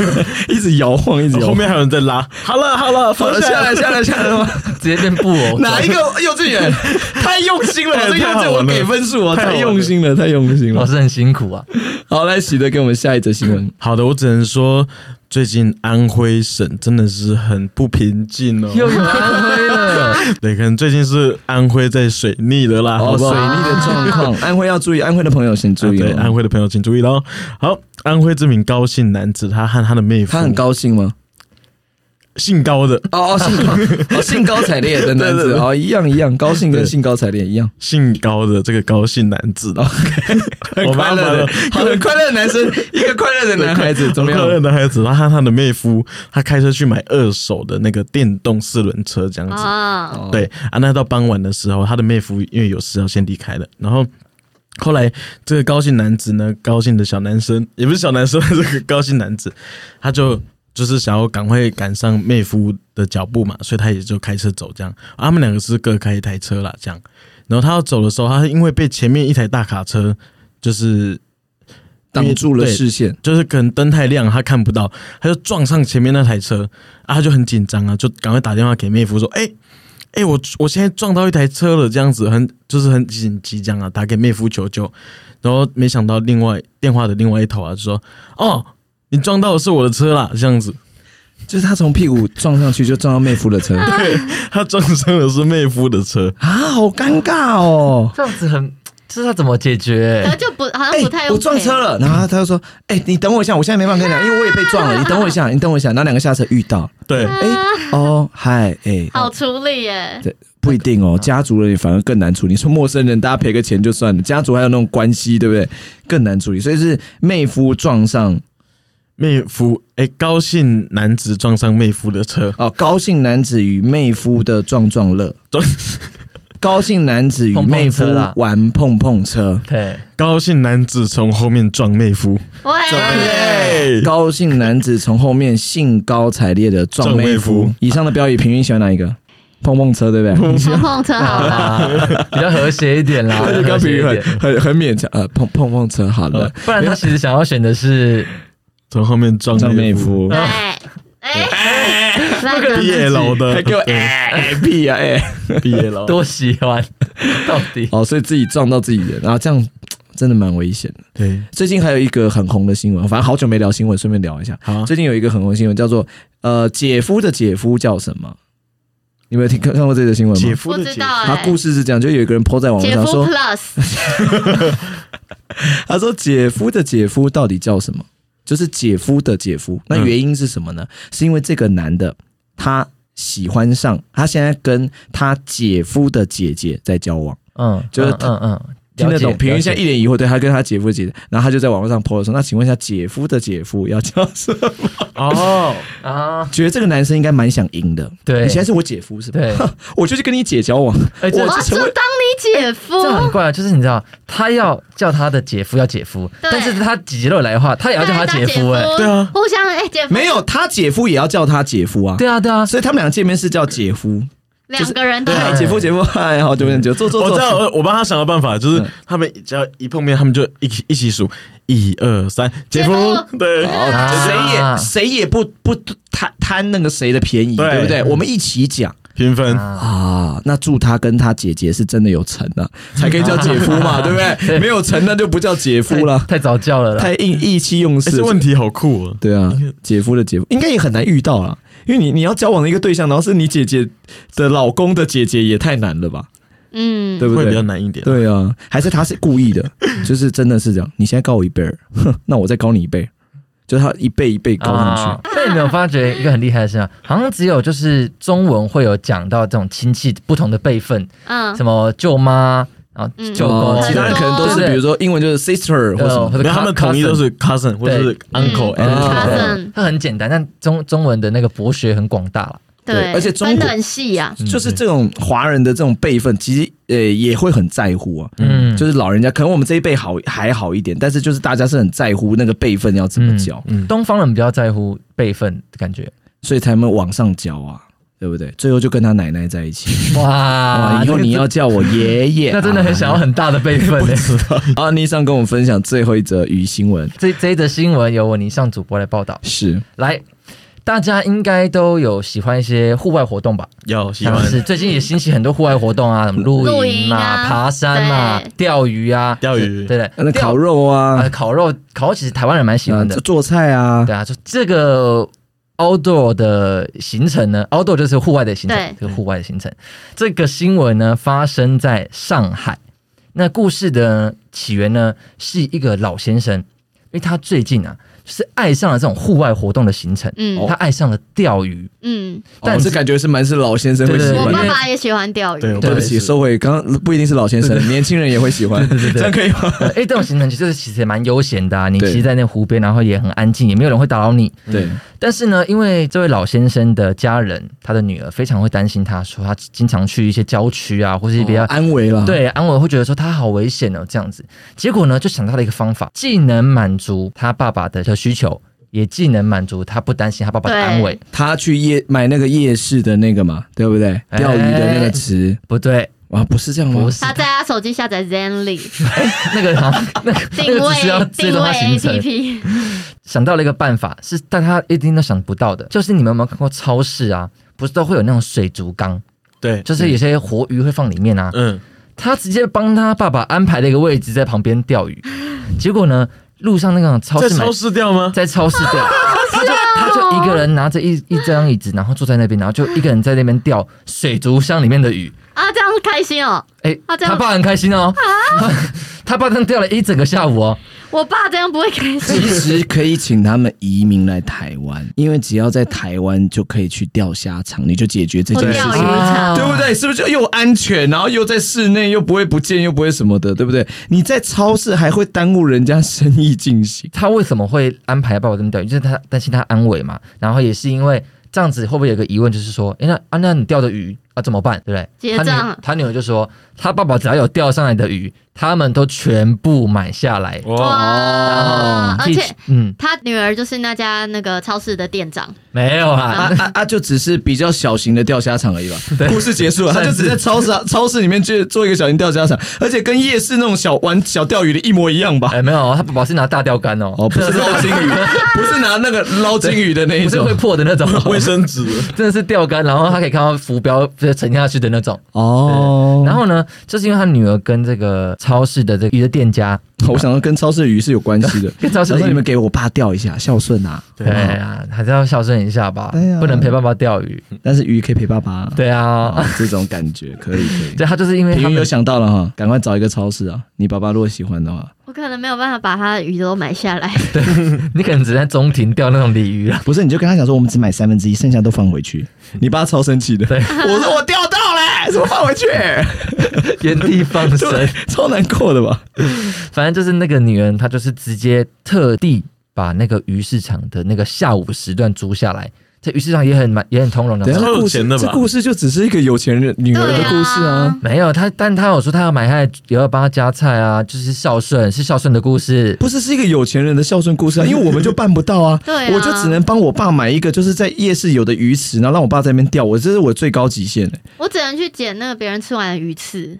S1: 一直摇晃，一直摇
S4: 哦后
S1: 晃。
S4: 面还有人在拉。好了好了，
S1: 好
S4: 放
S1: 了，
S4: 下
S1: 下
S4: 来
S1: 来，。下来，下来 了吗？
S3: 直接变布偶，
S1: 哪一个幼稚园？太用心了，
S4: 哎
S1: 我这幼稚
S4: 太
S1: 园
S4: 好
S1: 我
S4: 玩了
S1: 给分数啊！
S4: 太好
S1: 太
S4: 玩了
S1: 用心了，太用心
S3: 老
S1: 了。
S3: 师很辛 苦啊。
S1: 好，来喜德给我们下一则新闻。
S4: 好的，我只能说，最近安徽省真的是很不平静哦。
S3: 又有安徽了，
S4: 对，可能最近是安徽在水逆了啦，啊好
S1: 哦，
S4: 不
S1: 水
S4: 好？
S1: 逆的状况， 安徽要注意，安徽的朋友请注
S4: 啊
S1: 意
S4: 对，安
S1: 哦。
S4: 徽的朋友请注意喽。好，安徽这名高姓男子，他和他的妹夫，
S1: 他很，高兴吗？
S4: 姓高的，
S1: 哦哦，兴高，哦兴高采烈的男
S4: 对
S1: 子
S4: 对对
S1: 哦，一样一样，高兴跟
S4: 对
S1: 兴高采烈一样。
S4: 姓高的这个高姓男子
S1: 哦
S4: 的，
S1: 很快乐的，很快乐的男生，一个快乐的男孩子，怎么
S4: 快乐
S1: 样？
S4: 男孩子，他和他的妹夫，他开车去买二手的那个电动四轮车，这样子。
S2: 啊，
S1: 哦，
S4: 对啊，那到傍晚的时候，他的妹夫因为有事要先离开了，然后。后来，这个高兴男子呢，高兴的小男生也不是小男生， 这个高兴男子，他就就是想要赶快赶上妹夫的脚步嘛，所以他也就开车走这样。啊他们两个是各开一台车啦，这样。然后他要走的时候，他因为被前面一台大卡车就是
S1: 挡住了
S4: 对
S1: 视线，
S4: 就是可能灯太亮，他看不到，他就撞上前面那台车，啊，他就很紧张啊，就赶快打电话给妹夫说，哎、哎、我我现在撞到一台车了，这样子很就是很紧急这样啊，打给妹夫求救，然后没想到另外电话的另外一头啊，就说，哦，你撞到的是我的车啦，这样子，
S1: 就是他从屁股撞上去就撞到妹夫的 车啊，
S4: 他撞上的是妹夫的车，
S1: 好尴尬哦。
S3: 这样子很，这是要怎么解
S2: 可
S3: 决
S2: 能？就不好像
S1: 哎
S2: 啊不太，
S1: 我撞
S2: OK
S1: 车。了，然后他就说：“哎，你等我一下，我现在没办法跟你讲，因为我也被撞了。你等我一下，你等我一下。”然后两个下车遇到，
S4: 对，
S1: 哎，哦，嗨，哎，
S2: 啊好处理耶，
S1: 对，不一定哦，家族人反而更难处理。你说陌生人，大家赔个钱就算了，家族还有那种关系，对不对？更难处理，所以是妹夫撞上
S4: 妹夫，哎、高兴男子撞上妹夫的车，
S1: 哦，高兴男子与妹夫的撞撞乐
S4: 撞，
S1: 高兴男子与妹夫
S3: 碰碰车啦
S1: 玩碰碰车，
S3: 对，
S4: 高兴男子从后面撞妹夫，
S2: 喂，
S4: 哎
S1: 高兴男子从后面兴高采烈的撞妹
S4: 撞妹
S1: 夫
S4: 夫。
S1: 以上的标语，平均喜欢哪一个？碰碰车，对不对？
S2: 碰碰车好了，
S3: 啊，比较和谐一点啦，
S1: 而且
S3: 比较
S1: 刚平
S3: 和谐一
S1: 均很
S3: 点。
S1: 很很勉强，呃，碰碰碰车好了，
S3: 不然他其实想要选的是，
S4: 从后面
S3: 呃
S4: 撞
S1: 撞妹
S4: 妹
S1: 夫
S2: 对，。哎，
S1: 哎
S2: 那个
S4: 毕业楼的
S1: 还给我哎哎屁啊哎！
S4: 毕业了，
S3: 多喜欢，到底
S1: 哦，所以自己撞到自己人，然后这样真的蛮危险的。
S4: 对，
S1: 最近还有一个很红的新闻，反正好久没聊新闻，顺便聊一下。
S4: 好，啊
S1: 最近有一个很红的新闻叫做呃姐夫的姐夫叫什么？你们有听看过这个新闻
S4: 姐
S1: 吗？
S4: 夫的
S2: 不知
S4: 姐
S2: 道
S1: 他故事是这样，就有一个人 po 在网络
S2: 姐
S1: 上
S2: 夫
S1: 说，
S2: Plus
S1: 他说姐夫的姐夫到底叫什么？就是姐夫的姐夫。那
S4: 嗯
S1: 原因是什么呢？是因为这个男的他喜欢上他现在跟他姐夫的姐姐在交往。
S3: 嗯，
S1: 哦就是
S3: 嗯嗯嗯，
S1: 听得
S3: 了解
S1: 懂，平
S3: 了
S1: 云
S3: 解
S1: 现在一脸疑惑，对他跟他姐夫的姐姐，然后他就在网络上 po 了说：“那请问一下，姐夫的姐夫要叫什么
S4: 哦，
S3: 啊，？”
S1: 觉得这个男生应该蛮想赢的。
S3: 对
S1: 你现在是我姐夫是吧？
S3: 对，
S1: 我就去跟你姐交往，
S3: 哎，这
S1: 我
S2: 哇，
S1: 就
S2: 就
S1: 成为
S2: 哦
S1: 哎
S2: 当你姐夫，
S3: 这很怪啊，就是你知道，他要叫他的姐夫要姐夫，
S2: 对
S3: 但是他姐姐若来的话，他也要叫他姐夫，哎，
S4: 对啊
S2: 互相哎姐夫
S1: 没有他姐夫也要叫他姐夫啊。
S3: 对啊对啊，
S1: 所以他们俩见面是叫姐夫，
S2: 两个人都
S1: 嗨，
S3: 对
S1: 姐夫姐夫，嗨，好久不见，久坐坐
S4: 我知道，
S1: 坐。
S4: 我我帮他想个办法，就是
S1: 嗯
S4: 他们只要一碰面，他们就一起一起数一二三，姐夫
S2: 姐，
S4: 对，
S1: 好
S3: 啊
S1: 谁也谁也不不贪贪那个谁的便宜，
S4: 对
S1: 对不对？我们一起讲。
S4: 平分，
S3: 啊
S1: 啊，那祝他跟他姐姐是真的有成 啊，才可以叫姐夫嘛，对不对？没有成那就不叫姐
S3: 太
S1: 夫了，
S3: 太早教了啦，
S1: 太意意气用
S4: 哎，
S1: 事
S4: 这
S1: 了。
S4: 问题好酷哦，
S1: 对啊，姐夫的姐夫应该也很难遇到啦，因为你你要交往的一个对象，然后是你姐姐的老公的姐姐，也太难了吧，
S2: 嗯，
S1: 对不
S4: 会比
S1: 对？
S4: 较难一点，
S1: 对啊，还是他是故意 的，就是真的是这样。你现在高我一辈儿，哼，那我再高你一辈，就他一辈一辈高上去。
S3: 啊那你没有发觉一个很厉害的事啊？好像只有就是中文会有讲到这种亲戚不同的辈分，
S2: 嗯
S3: 什么舅妈，然后
S2: 嗯
S3: 舅
S1: 哦
S3: 公，
S1: 其他人可能都
S3: 对
S1: 是，
S3: 对
S1: 比如说英文就是 sister 或什么
S3: 呃或者
S4: 然后他们
S3: cou-
S4: 统一都是 cousin 或者是 uncle
S1: 嗯
S4: aunt
S1: 对
S2: cousin
S3: 它很简单，但中中文的那个博学很广大了。
S1: 对
S2: 对，
S1: 而且中国
S2: 分得很细呀，
S3: 嗯
S1: 就是这种华人的这种辈分，其实呃也会很在乎啊。
S3: 嗯，
S1: 就是老人家，可能我们这一辈好还好一点，但是就是大家是很在乎那个辈分要怎么教，
S4: 嗯，
S3: 东方人比较在乎辈分的感觉。
S1: 所以才们往上教啊，对不对？最后就跟他奶奶在一起，
S3: 哇
S1: 哇，，以后你要叫我爷爷，
S3: 啊 那真的很想要很大的辈 分呢。 欸
S1: 啊。妮桑跟我们分享最后一则鱼新闻，
S3: 这这一则新闻由我尼尚主播来报道。
S1: 是
S3: 来，大家应该都有喜欢一些户外活动吧？
S4: 要喜
S3: 像
S4: 欢嗯
S3: 是最近也兴起很多户外活动啊，什么露
S2: 露
S3: 营
S2: 营
S3: 啊、
S2: 啊
S3: 爬山啊
S2: 对、
S3: 钓鱼啊、
S4: 钓鱼
S3: 对对，
S1: 那
S3: 钓
S1: 烤肉啊
S3: 啊、，烤肉，烤肉其实台湾人蛮喜
S1: 啊
S3: 欢呃的。
S1: 做菜啊，
S3: 对啊，就这个 outdoor 的行程呢，outdoor 就是户外的行程
S2: 对，
S3: 这个户外的行程，这个新闻呢发生在上海。那故事的起源呢，是一个老先生，因为他最近啊，就是爱上了这种户外活动的行程，
S2: 嗯
S3: 他爱上了 钓鱼。
S2: 嗯，
S1: 但
S3: 但
S1: 哦这
S3: 是
S1: 感觉是蛮是老先生会喜
S3: 对
S2: 我
S1: 欢
S2: 爸
S1: 的。
S2: 爸也喜欢钓鱼，
S4: 对
S1: 对不起，收回，刚刚不一定是老先生，年轻人也会喜欢，这样可以吗？
S3: 呃，因为这种行程就是其实也蛮悠闲的、啊，你
S1: 对
S3: 骑在那湖边，然后也很安静，也没有人会打扰你。
S1: 对，
S3: 但是呢，因为这位老先生的家人，他的女儿非常会担心他，说他经常去一些郊区啊，或是比较、
S1: 哦安慰
S4: 嗯
S1: 了，
S3: 对安伟会觉得说他好危险哦，这样子。结果呢，就想到了一个方法，既能满足他爸爸的的需求，也既能满足他不担心他爸爸的
S2: 对
S3: 安危。
S1: 他去夜买那个夜市的那个嘛，对不对？
S3: 哎
S1: 钓鱼的那个池
S3: 不对，
S1: 啊，不是这
S4: 嗯
S1: 样吗
S3: 不？是
S2: 他在他手机下载 Zenly
S3: 那个好像 那个那
S2: 定
S3: 个只是要
S2: 位
S3: 追
S2: 定
S3: 踪
S2: 位
S3: 他行程，
S2: APP，
S3: 想到了一个办法，是大家一定都想不到的，就是你们有没有看过超市啊？不是都会有那种水族缸，
S4: 对，
S3: 就是有些活鱼会放里面啊。
S4: 嗯，
S3: 他直接帮他爸爸安排了一个位置在旁边钓鱼，结果呢，路上那个超
S4: 在
S3: 市买
S4: 超市钓吗？
S3: 在超市钓， 他
S2: 哦
S3: 就他就一个人拿着一一张椅子，然后坐在那边，然后就一个人在那边钓水族箱里面的鱼。
S2: 啊，这样开心哦，
S3: 哎、
S2: 啊这样啊
S3: 他爸很开心哦， 他爸他钓了一整个下午哦，
S2: 我爸这样不会开心，
S1: 其实可以请他们移民来台湾，因为只要在台湾就可以去钓虾场，你就解决这件事
S2: 钓鱼
S1: 情。
S2: 场
S1: 对哦
S3: 嗯
S1: 不对？是不是就又安全，然后又在室内，又不会不见，又不会什么的，对不对？你在超市还会耽误人家生意进行，
S3: 他为什么会安排爸爸这么钓鱼？就是他担心他安危嘛，然后也是因为这样子会不会有个疑问，就是说，哎、那啊那你钓的鱼啊怎么办，对不对？
S2: 结
S3: 他
S2: 账
S3: 女他女儿就说，他爸爸只要有钓上来的鱼，他们都全部买下来。
S4: 哇，
S2: 哇，哦而
S3: 替
S2: 且。
S3: 嗯，
S2: 他女儿就是那家那个超市的店长，
S3: 没有
S1: 啊
S3: 啊，
S1: 啊啊！就只是比较小型的钓虾场而已吧。故事结束了，他就只是在超市啊超市里面去做一个小型钓虾场，而且跟夜市那种小玩小钓鱼的一模一样吧
S3: 哎、。没有，他爸爸是拿大钓竿哦，
S1: 哦， 不是捞金鱼， 不是拿那个捞金鱼的那一
S3: 不是
S1: 种
S3: 会。破的那 种，
S4: 卫生纸，
S3: 真的是钓竿，然后他可以看到浮标就是沉下去的那种。对
S1: 哦
S3: 然后呢，就是因为他女儿跟这个超市的这个鱼的店家，
S1: 我想说跟超市的鱼是有关系的。
S3: 跟超市
S1: 小
S3: 的
S1: 说
S3: 鱼
S1: 你们给我爸钓一下，孝顺啊。
S3: 对啊，还是要孝顺一下吧，
S1: 对啊嗯
S3: 不能陪爸爸钓鱼。
S1: 但是鱼可以陪爸爸啊。
S3: 对啊，
S1: 啊，这种感觉可以可以。
S3: 对他就是因为他
S1: 平云
S3: 们
S1: 有想到了哈，赶快找一个超市啊！你爸爸如果喜欢的话，
S2: 我可能没有办法把他的鱼都买下来。
S3: 你可能只在中庭钓那种鲤 鱼啊，
S1: 不是你就跟他讲说，我们只买三分之一，剩下都放回 去。你爸超生气的，
S3: 对
S1: 我说我钓到嘞，怎么放回 去？
S3: 原地放
S1: 就
S3: 生。
S1: 超难过的吧？
S3: 反正就是那个女人，她就是直接特地把那个鱼市场的那个下午时段租下来。这鱼市场也很蛮也很通融的
S1: 等一
S3: 嘛
S1: 下，
S4: 超
S1: 这
S4: 有
S1: 故
S4: 钱
S1: 事
S4: 的吧
S1: 这故事就只是一个有钱人女儿的故事啊。
S3: 没有她，但她有说她要买菜，也要帮她夹菜啊，就是孝顺，是孝顺的故事。
S1: 不是是一个有钱人的孝顺故事啊，因为我们就办不到啊，
S2: 对啊
S1: 我就只能帮我爸买一个，就是在夜市有的鱼池，然后让我爸在那边钓，我这是我最高极限、欸。
S2: 我只能去捡那个别人吃完的鱼刺。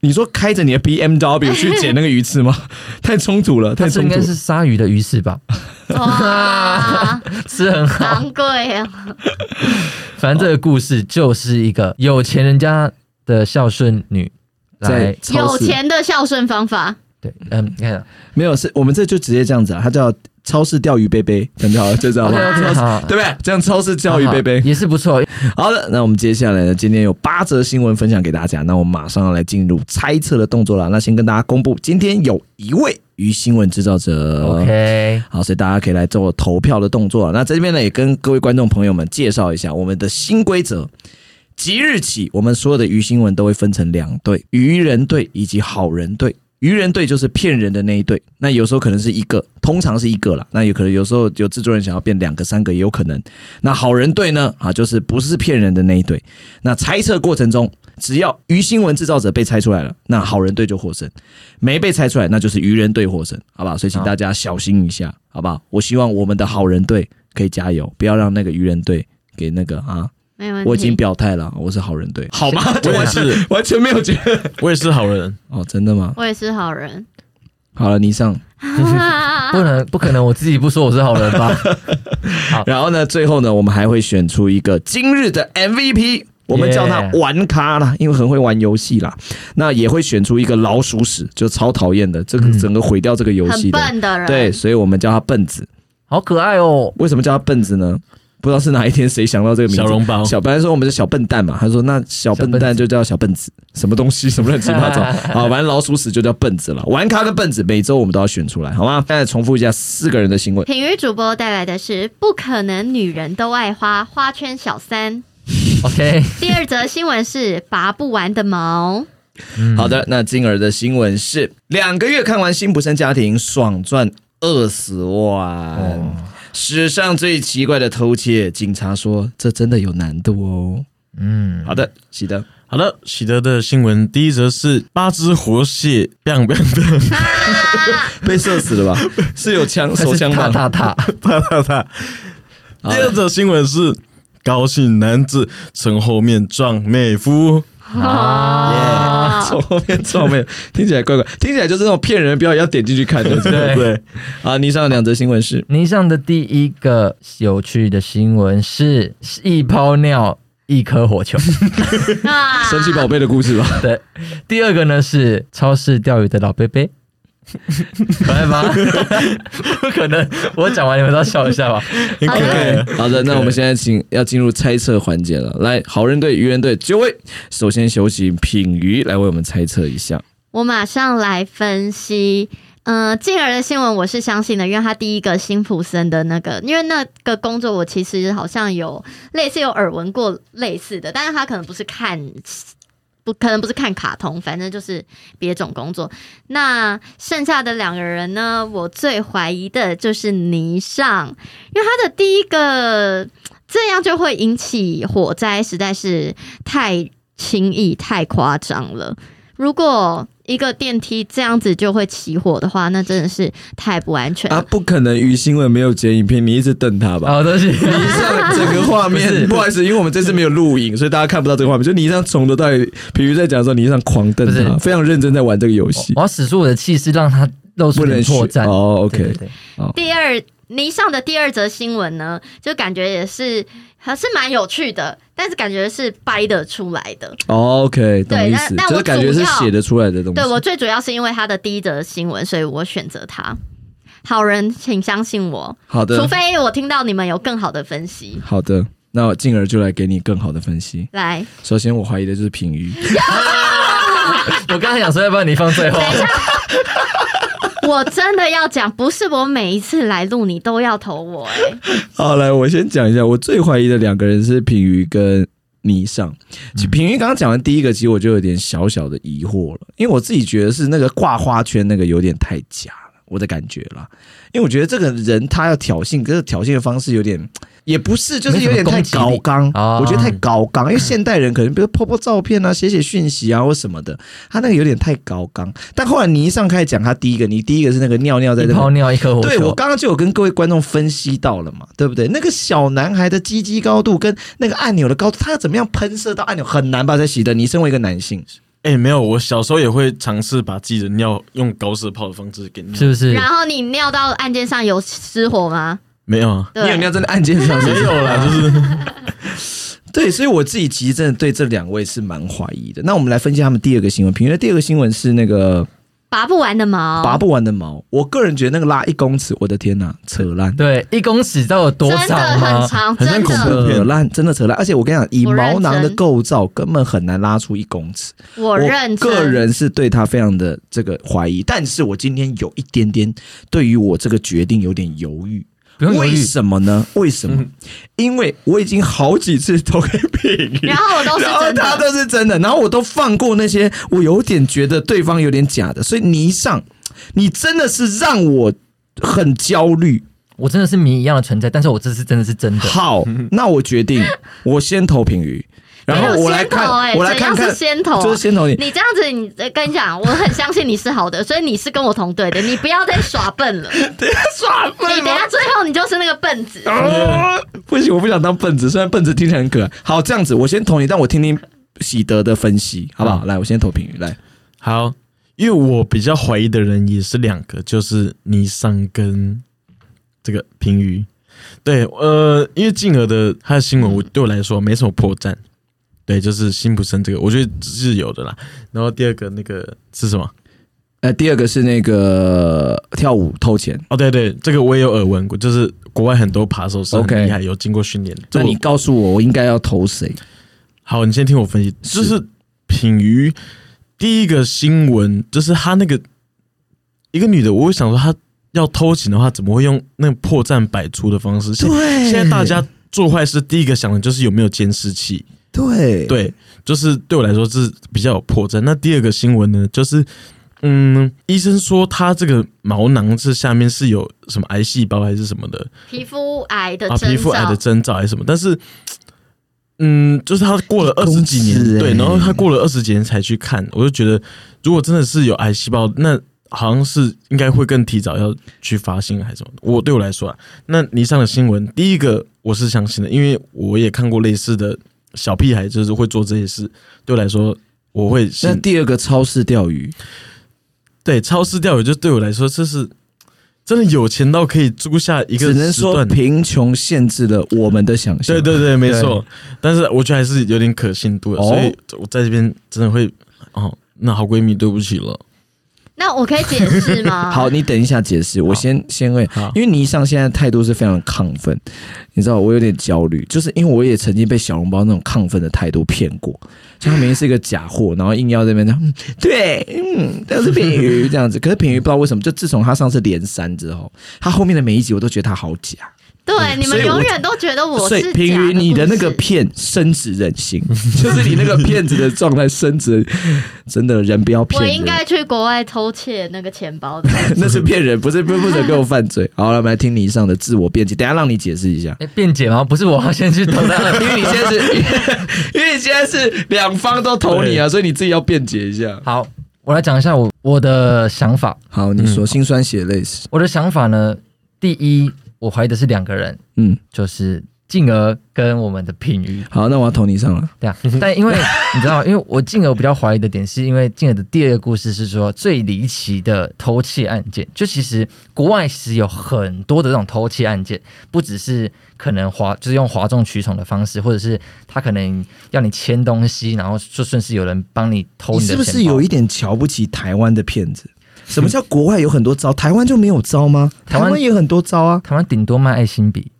S1: 你说开着你的 BMW 去捡那个鱼刺吗？ 太冲突了，
S3: 她
S1: 太
S3: 是
S1: 冲
S3: 应
S1: 突
S3: 该是
S1: 了。
S3: 鲨鱼的鱼市 吧，
S2: 哇，
S3: 吃很好。
S2: 昂贵啊！
S3: 反正这个故事就是一个有钱人家的孝顺女
S1: 在
S3: 来，
S1: 超
S2: 有
S1: 市
S2: 钱的孝顺方法，
S3: 对，嗯，你看
S1: 没有，是我们这就直接这样子啊，它叫超市钓鱼杯杯，很好，就这样 吧，
S3: OK，OK，好
S1: 对不对？这样超市钓鱼杯 杯。
S3: 也是不错，
S1: 好的，那我们接下来呢，今天有八则新闻分享给大家，那我们马上要来进入猜测的动作了。那先跟大家公布，今天有一位鱼新闻制造者
S3: OK，
S1: 好，所以大家可以来做投票的动作。那在这边呢，也跟各位观众朋友们介绍一下我们的新规则。即日起，我们所有的鱼新闻都会分成两队：愚人队以及好人队。愚人队就是骗人的那一队，那有时候可能是一个，通常是一个啦。那有可能有时候有制作人想要变两个、三个也有可能。那好人队呢？啊，就是不是骗人的那一队。那猜测过程中，只要鱼新闻制造者被猜出来了，那好人队就获胜；没被猜出来，那就是愚人队获胜，好不好？所以请大家小心一下，好不好？我希望我们的好人队可以加油，不要让那个愚人队给那个啊！
S2: 没问题。
S1: 我已经表态了，我是好人队，好啊吗？
S4: 我
S1: 就
S4: 也
S1: 完全
S4: 是，
S1: 完全没有觉得
S4: 我也是好人。
S1: 哦，真的吗？
S2: 我也是好 人。
S1: 好了，你上。
S2: 啊
S3: 不能不可能，我自己不说我是好人 吧？
S1: 然后呢，最后呢，我们还会选出一个今日的 MVP。我们叫他
S3: Yeah
S1: 玩咖啦，因为很会玩游戏啦。那也会选出一个老鼠屎，就超讨厌的，这个
S3: 嗯
S1: 整个毁掉这个游戏
S2: 很
S1: 的。
S2: 笨的人，
S1: 对，所以我们叫他笨子。
S3: 好可爱哦，
S1: 为什么叫他笨子呢？不知道是哪一天谁想到这个名字。
S4: 小笼包
S1: 小本来说我们是小笨蛋嘛，他说那小笨
S3: 小笨
S1: 蛋就叫小笨子，什么东西什么乱七八 糟啊，反正老鼠屎就叫笨子了。玩咖跟笨子每周我们都要选出来，好吗？再重复一下四个人的新闻。
S2: 品鱼主播带来的是不可能女人都爱花，花圈小三。
S3: OK，
S2: 第二则新闻是拔不完 的毛，
S4: 嗯
S1: 好的，那今儿的新闻是两个月看完《辛普森家庭》，爽赚二十万、
S4: 哦
S1: 史上最奇怪的偷窃。警察说这真的有难度哦。
S3: 嗯，
S1: 好的，喜德，
S4: 好的，喜德的新闻第一则是八只活蟹 biang biang 的
S1: 被射死 了吧？是有枪手枪
S3: 踏
S1: 吗？
S3: 踏踏，
S4: 啪啪啪。
S1: 好
S4: 第二则新闻是高姓男子从后面撞妹夫。
S2: 啊
S1: 从后面，从后面，听起来怪怪，听起来就是那种骗人的标语，要点进去看的。
S3: 对
S4: 对，
S1: 啊，你上的两则新闻是
S3: 泥上的第一个有趣的新闻是一泡尿一颗火球，
S2: 啊
S1: 神奇宝贝的故事 吧？
S3: 对，第二个呢是超市钓鱼的老 贝贝。可爱吧？不可能，我讲完你们都笑一下吧。
S4: 很可爱。
S1: 好的，那我们现在请要进入猜测环节了。来，好人队、愚人队，九位，首先有请品鱼来为我们猜测一下。
S2: 我马上来分析。嗯、呃，进而的新闻我是相信的，因为他第一个辛普森的那个，因为那个工作我其实好像有类似有耳闻过类似的，但是他可能不是看，不可能不是看卡通，反正就是别种工作。那剩下的两个人呢，我最怀疑的就是霓尚，因为他的第一个这样就会引起火灾，实在是太轻易、太夸张了。如果一个电梯这样子就会起火的话，那真的是太不安全了。
S1: 啊，不可能！于新闻没有剪影片，你一直瞪他吧？
S3: 好东西，
S1: 你上整个画面，
S3: 哦 不
S1: 不
S3: 是
S1: 好意思，因为我们这次没有录影，所以大家看不到这个画面。就你上从头到尾，比如在讲的时候，你上狂瞪
S3: 不
S1: 他，
S3: 是哦
S1: 非常认真在玩这个游戏
S3: 我，要使出我的气势，让他露出
S1: 不能
S3: 点
S1: 学
S3: 哦破绽。
S1: 哦。
S3: 对对
S1: OK，
S3: 对
S2: 第二尼上的第二则新闻呢，就感觉也是还是蛮有趣的，但是感觉是掰得出来的。
S1: 哦 OK，懂
S2: 对
S1: 意
S2: 但
S1: 思，
S2: 但
S1: 就
S2: 我
S1: 是感觉
S2: 主
S1: 是
S2: 要
S1: 写得出来的东西。
S2: 对我最主要是因为他的第一则新闻，所以我选择他。好人，请相信我，
S1: 好的，
S2: 除非我听到你们有更好的分析。
S1: 好的，那我进而就来给你更好的分析。
S2: 来，
S1: 首先，我怀疑的就是评语，
S3: 我刚才想说，要不然你放最后。
S2: 我真的要讲，不是我每一次来录你都要投我、欸，
S1: 好，来，我先讲一下，我最怀疑的两个人是品瑜跟倪尚。其
S3: 嗯
S1: 实品瑜刚刚讲完第一个，其实我就有点小小的疑惑了，因为我自己觉得是那个挂花圈那个有点太假了，我的感觉啦。因为我觉得这个人他要挑衅，可是挑衅的方式有点。也不是，就是有点太
S3: 没什么
S1: 高
S3: 攻击力
S1: 刚，
S3: 哦
S1: 我觉得太高刚，因为现代人可能比如 po po 照片啊、写写讯息啊或什么的，他那个有点太高刚。但后来倪尚开始讲他第一个，你第一个是那个尿尿在
S3: 一
S1: 那个
S3: 泡尿一颗火球，
S1: 对我刚刚就有跟各位观众分析到了嘛，对不对？那个小男孩的鸡鸡高度跟那个按钮的高度，他要怎么样喷射到按钮很难吧？在喜德，你身为一个男性，
S4: 哎、没有，我小时候也会尝试把自己的尿用高射炮的方式给尿，
S3: 是不是？
S2: 然后你尿到案件上有失火吗？
S4: 没有啊，
S1: 你有
S2: 对
S1: 没，有真的按键上 没有啦，就是。对，所以我自己其实真的对这两位是蛮怀疑的。那我们来分析他们第二个新闻，评论第二个新闻是那个
S2: 拔不完的毛，
S1: 拔不完的毛。 我个人觉得那个拉一公尺，我的天呐，扯烂，
S3: 对，一公尺到底有多
S2: 真的
S3: 长
S2: 很
S3: 吗？
S2: 长，
S4: 很像
S2: 真
S4: 恐
S2: 的，
S4: 怖
S1: 扯烂，真的扯烂。而且我跟你讲，以
S2: 我认
S1: 毛囊的
S2: 真
S1: 构造根本很难拉出一公尺。
S2: 我认真，
S1: 个人是对他非常的这个怀疑，但是我今天有一点点对于我这个决定有点犹豫。
S3: 不用犹
S1: 为
S3: 豫，嗯
S1: 什么呢？为什么？因为我已经好几次投给品瑜
S2: 然，后我都是
S1: 然后
S2: 真
S1: 他
S2: 的，
S1: 都是真的，然后我都放过那些我有点觉得对方有点假的，所以你一上，你真的是让我很焦虑。
S3: 我真的是谜一样的存在，但是我这次真的是真的。
S1: 好，那我决定，我先投品瑜，然
S2: 没
S1: 后
S2: 有
S1: 我来
S2: 先投
S1: 看，
S2: 欸
S1: 我来
S2: 怎样
S1: 看看
S2: 是，先投啊
S1: 就是先投你。
S2: 你这样子，你呃跟你讲，我很相信你是好的，所以你是跟我同队的，你不要再耍笨了。你
S1: 耍笨
S2: 等一下最后你就是那个笨子，
S1: 啊！不行，我不想当笨子。虽然笨子听起来很可爱。好，这样子，我先投你，但我听听喜德的分析，好不
S4: 嗯
S1: 好？来，我先投评语。来，
S4: 好，因为我比较怀疑的人也是两个，就是尼桑跟这个平鱼。对，呃，因为静儿的她的新闻，我对我来说没什么破绽。对，就是辛普森这个，我觉得是有的啦。然后第二个那个是什么？
S1: 呃，第二个是那个跳舞偷钱。
S4: 哦，对对，这个我也有耳闻过，就是国外很多扒手是很
S1: OK
S4: 厉害，有经过训练的。这
S1: 那
S4: 我
S1: 你告诉我，我应该要投谁？
S4: 好，你先听我分析，就是是品瑜第一个新闻，就是她那个一个女的，我会想说她要偷情的话，怎么会用那个破绽百出的方式？现
S1: 对
S4: 现在大家做坏事，第一个想的就是有没有监视器。
S1: 对，
S4: 对，就是对我来说是比较有破绽。那第二个新闻呢，就是嗯，医生说她这个毛囊是下面是有什么癌细胞还是什么的
S2: 皮肤癌的
S4: 啊，
S2: 征
S4: 皮肤癌
S2: 兆
S4: 的，征兆还是什么，但是。嗯，就是他过了
S1: 一
S4: 二
S1: 公
S4: 十几年，
S1: 尺欸
S4: 对，然后他过了二十几年才去看，我就觉得，如果真的是有癌细胞，那好像是应该会更提早要去发现还是什么。我对我来说啊，那尼上的新闻，第一个我是相信的，因为我也看过类似的小屁孩，就是会做这些事。对我来说，我会
S1: 那
S4: 信。
S1: 第二个超市钓鱼，
S4: 对超市钓鱼，就对我来说，这是真的有钱到可以租下一个
S1: 只能
S4: 时段
S1: 说贫穷限制了我们的想象。
S4: 对对对，没错。但是我觉得还是有点可信度的，
S1: 哦
S4: 所以我在这边真的会哦，那好闺蜜对不 起了。
S2: 那我可以解释吗？
S1: 好，你等一下解释，我先先问
S4: 好，
S1: 因为倪尚现在态度是非常亢奋，你知道我有点焦虑，就是因为我也曾经被小笼包那种亢奋的态度骗过，就他明明是一个假货，然后硬要这边讲，嗯对，嗯，但是品鱼这样子，可是品鱼不知道为什么，就自从他上次连三之后，他后面的每一集我都觉得他好假，
S2: 对，你
S1: 所
S2: 们
S1: 以我
S2: 永远都觉得我
S1: 所
S2: 是
S1: 以
S2: 假
S1: 平鱼
S2: 的
S1: 你的那个
S2: 故事
S1: 骗深植人心，就是你那个骗子的状态深植人，真的人不要骗
S2: 我
S1: 人。
S2: 应该去国外偷窃那个钱包的。
S1: 那是骗人，不是不不准跟我犯 罪。好了，我们来听你以上的自我辩解，等一下让你解释一下。
S3: 哎，辩解吗？不是，我要先去投他
S1: 因
S3: 的。
S1: 为你现在是， 因为你现在是两方都投你啊，所以你自己要辩解一下。
S3: 好，我来讲一下我我的想法。
S1: 好，你说心酸血泪史，
S3: 我的想法呢，第一，我怀疑的是两个人，
S1: 嗯，
S3: 就是进而跟我们的品瑜
S1: 好，那我要投你上了。
S3: 对啊，但因为你知道，因为我进而比较怀疑的点，是因为进而的第二个故事是说最离奇的偷窃案件。就其实国外是有很多的这种偷窃案件，不只是可能哗，就是用哗众取宠的方式，或者是他可能要你签东西，然后就顺势有人帮你偷
S1: 你
S3: 你
S1: 是
S3: 的钱包。
S1: 不是有一点瞧不起台湾的骗子？什么叫国外有很多招，台湾就没有招吗？
S3: 台
S1: 台
S3: 湾
S1: 湾也有很多招啊。
S3: 台湾顶多卖爱心笔？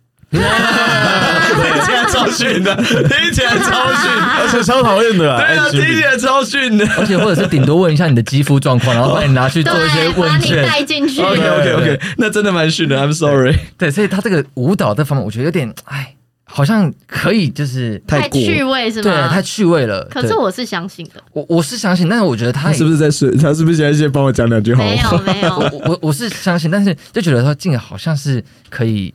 S4: 听起来超 逊的，听起来超逊，而且超讨厌的啊。哎兄弟
S1: 来超逊的。
S3: 而且或者是顶多问一下你的肌肤状况，然后帮你拿去做一些
S2: 对，把
S3: 问
S2: 你
S3: 卷。
S2: 带进去。
S1: OK OK OK，那真的蛮逊的。I'm sorry，
S3: 对，所以他这个舞蹈这方面，我觉得有点哎，好像可以就是
S2: 太
S1: 过。
S2: 趣味是
S3: 对，
S2: 吗？
S3: 太趣味了。
S2: 可是
S3: 对
S2: 我是相信
S1: 哦
S2: 的，
S3: 我我是相信，但是我觉得他
S1: 他
S3: 也
S1: 是不是在睡？他是不是现在先帮我讲两句好
S2: 没
S1: 话？
S2: 有 没有，
S3: 我我我是相信，但是就觉得说静儿好像是可以，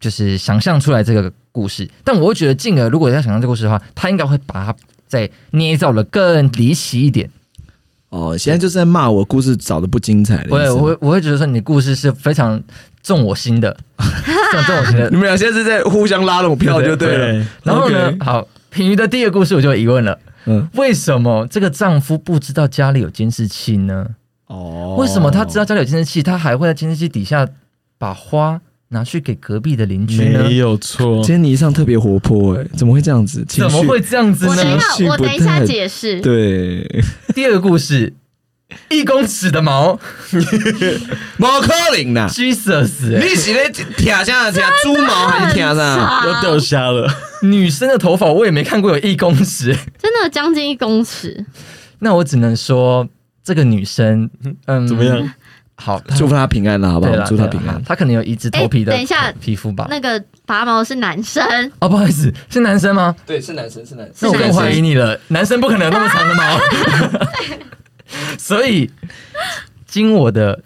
S3: 就是想象出来这个故事。但我会觉得静儿如果要想象这个故事的话，他应该会把它再捏造的更离奇一点。
S1: 哦，现在就是在骂我故事找的不精彩的意思啊吗。
S3: 我会我会我会觉得说你的故事是非常中我心的， 中中我心的
S1: 你。们俩现在是在互相拉拢票就对了。
S4: 对，
S3: 然后呢
S1: OK
S3: 好，平鱼的第一个故事我就有疑问了。
S1: 嗯，
S3: 为什么这个丈夫不知道家里有监视器呢？
S1: 哦
S3: 为什么他知道家里有监视器，他还会在监视器底下把花拿去给隔壁的邻居呢？
S4: 没有错
S1: 今。天你一上特别活泼，哎，怎么会这样子？情
S3: 怎
S1: 绪
S3: 么会这样子
S2: 我等一
S3: 呢？
S1: 情绪
S2: 下我
S1: 不
S2: 等一下
S1: 太
S2: 解释。
S1: 对？
S3: 第二个故事，一公尺的毛
S1: 毛可能啦，
S3: ，Jesus，、欸、
S1: 你是咧听啥？听猪毛还是听啥？
S2: 啊
S4: 要掉虾了，
S3: 女生的头发我也没看过有一公尺，
S2: 真的将近一公尺，
S3: 那我只能说这个女生，嗯，
S4: 怎么？样？
S3: 好，
S1: 祝福他平安啦，好不
S3: 对
S1: 好？
S3: 了，
S1: 祝他
S3: 对
S1: 平
S3: 啦
S1: 安。
S3: 她可能有一只头皮的
S2: 哎等一下
S3: 皮肤吧？
S2: 那个拔毛是男生，
S3: 哦，不好意思，是男生吗？
S1: 对，是男生，是男
S3: 那我更怀疑你了，男生不可能有那么长的毛， 所以经我的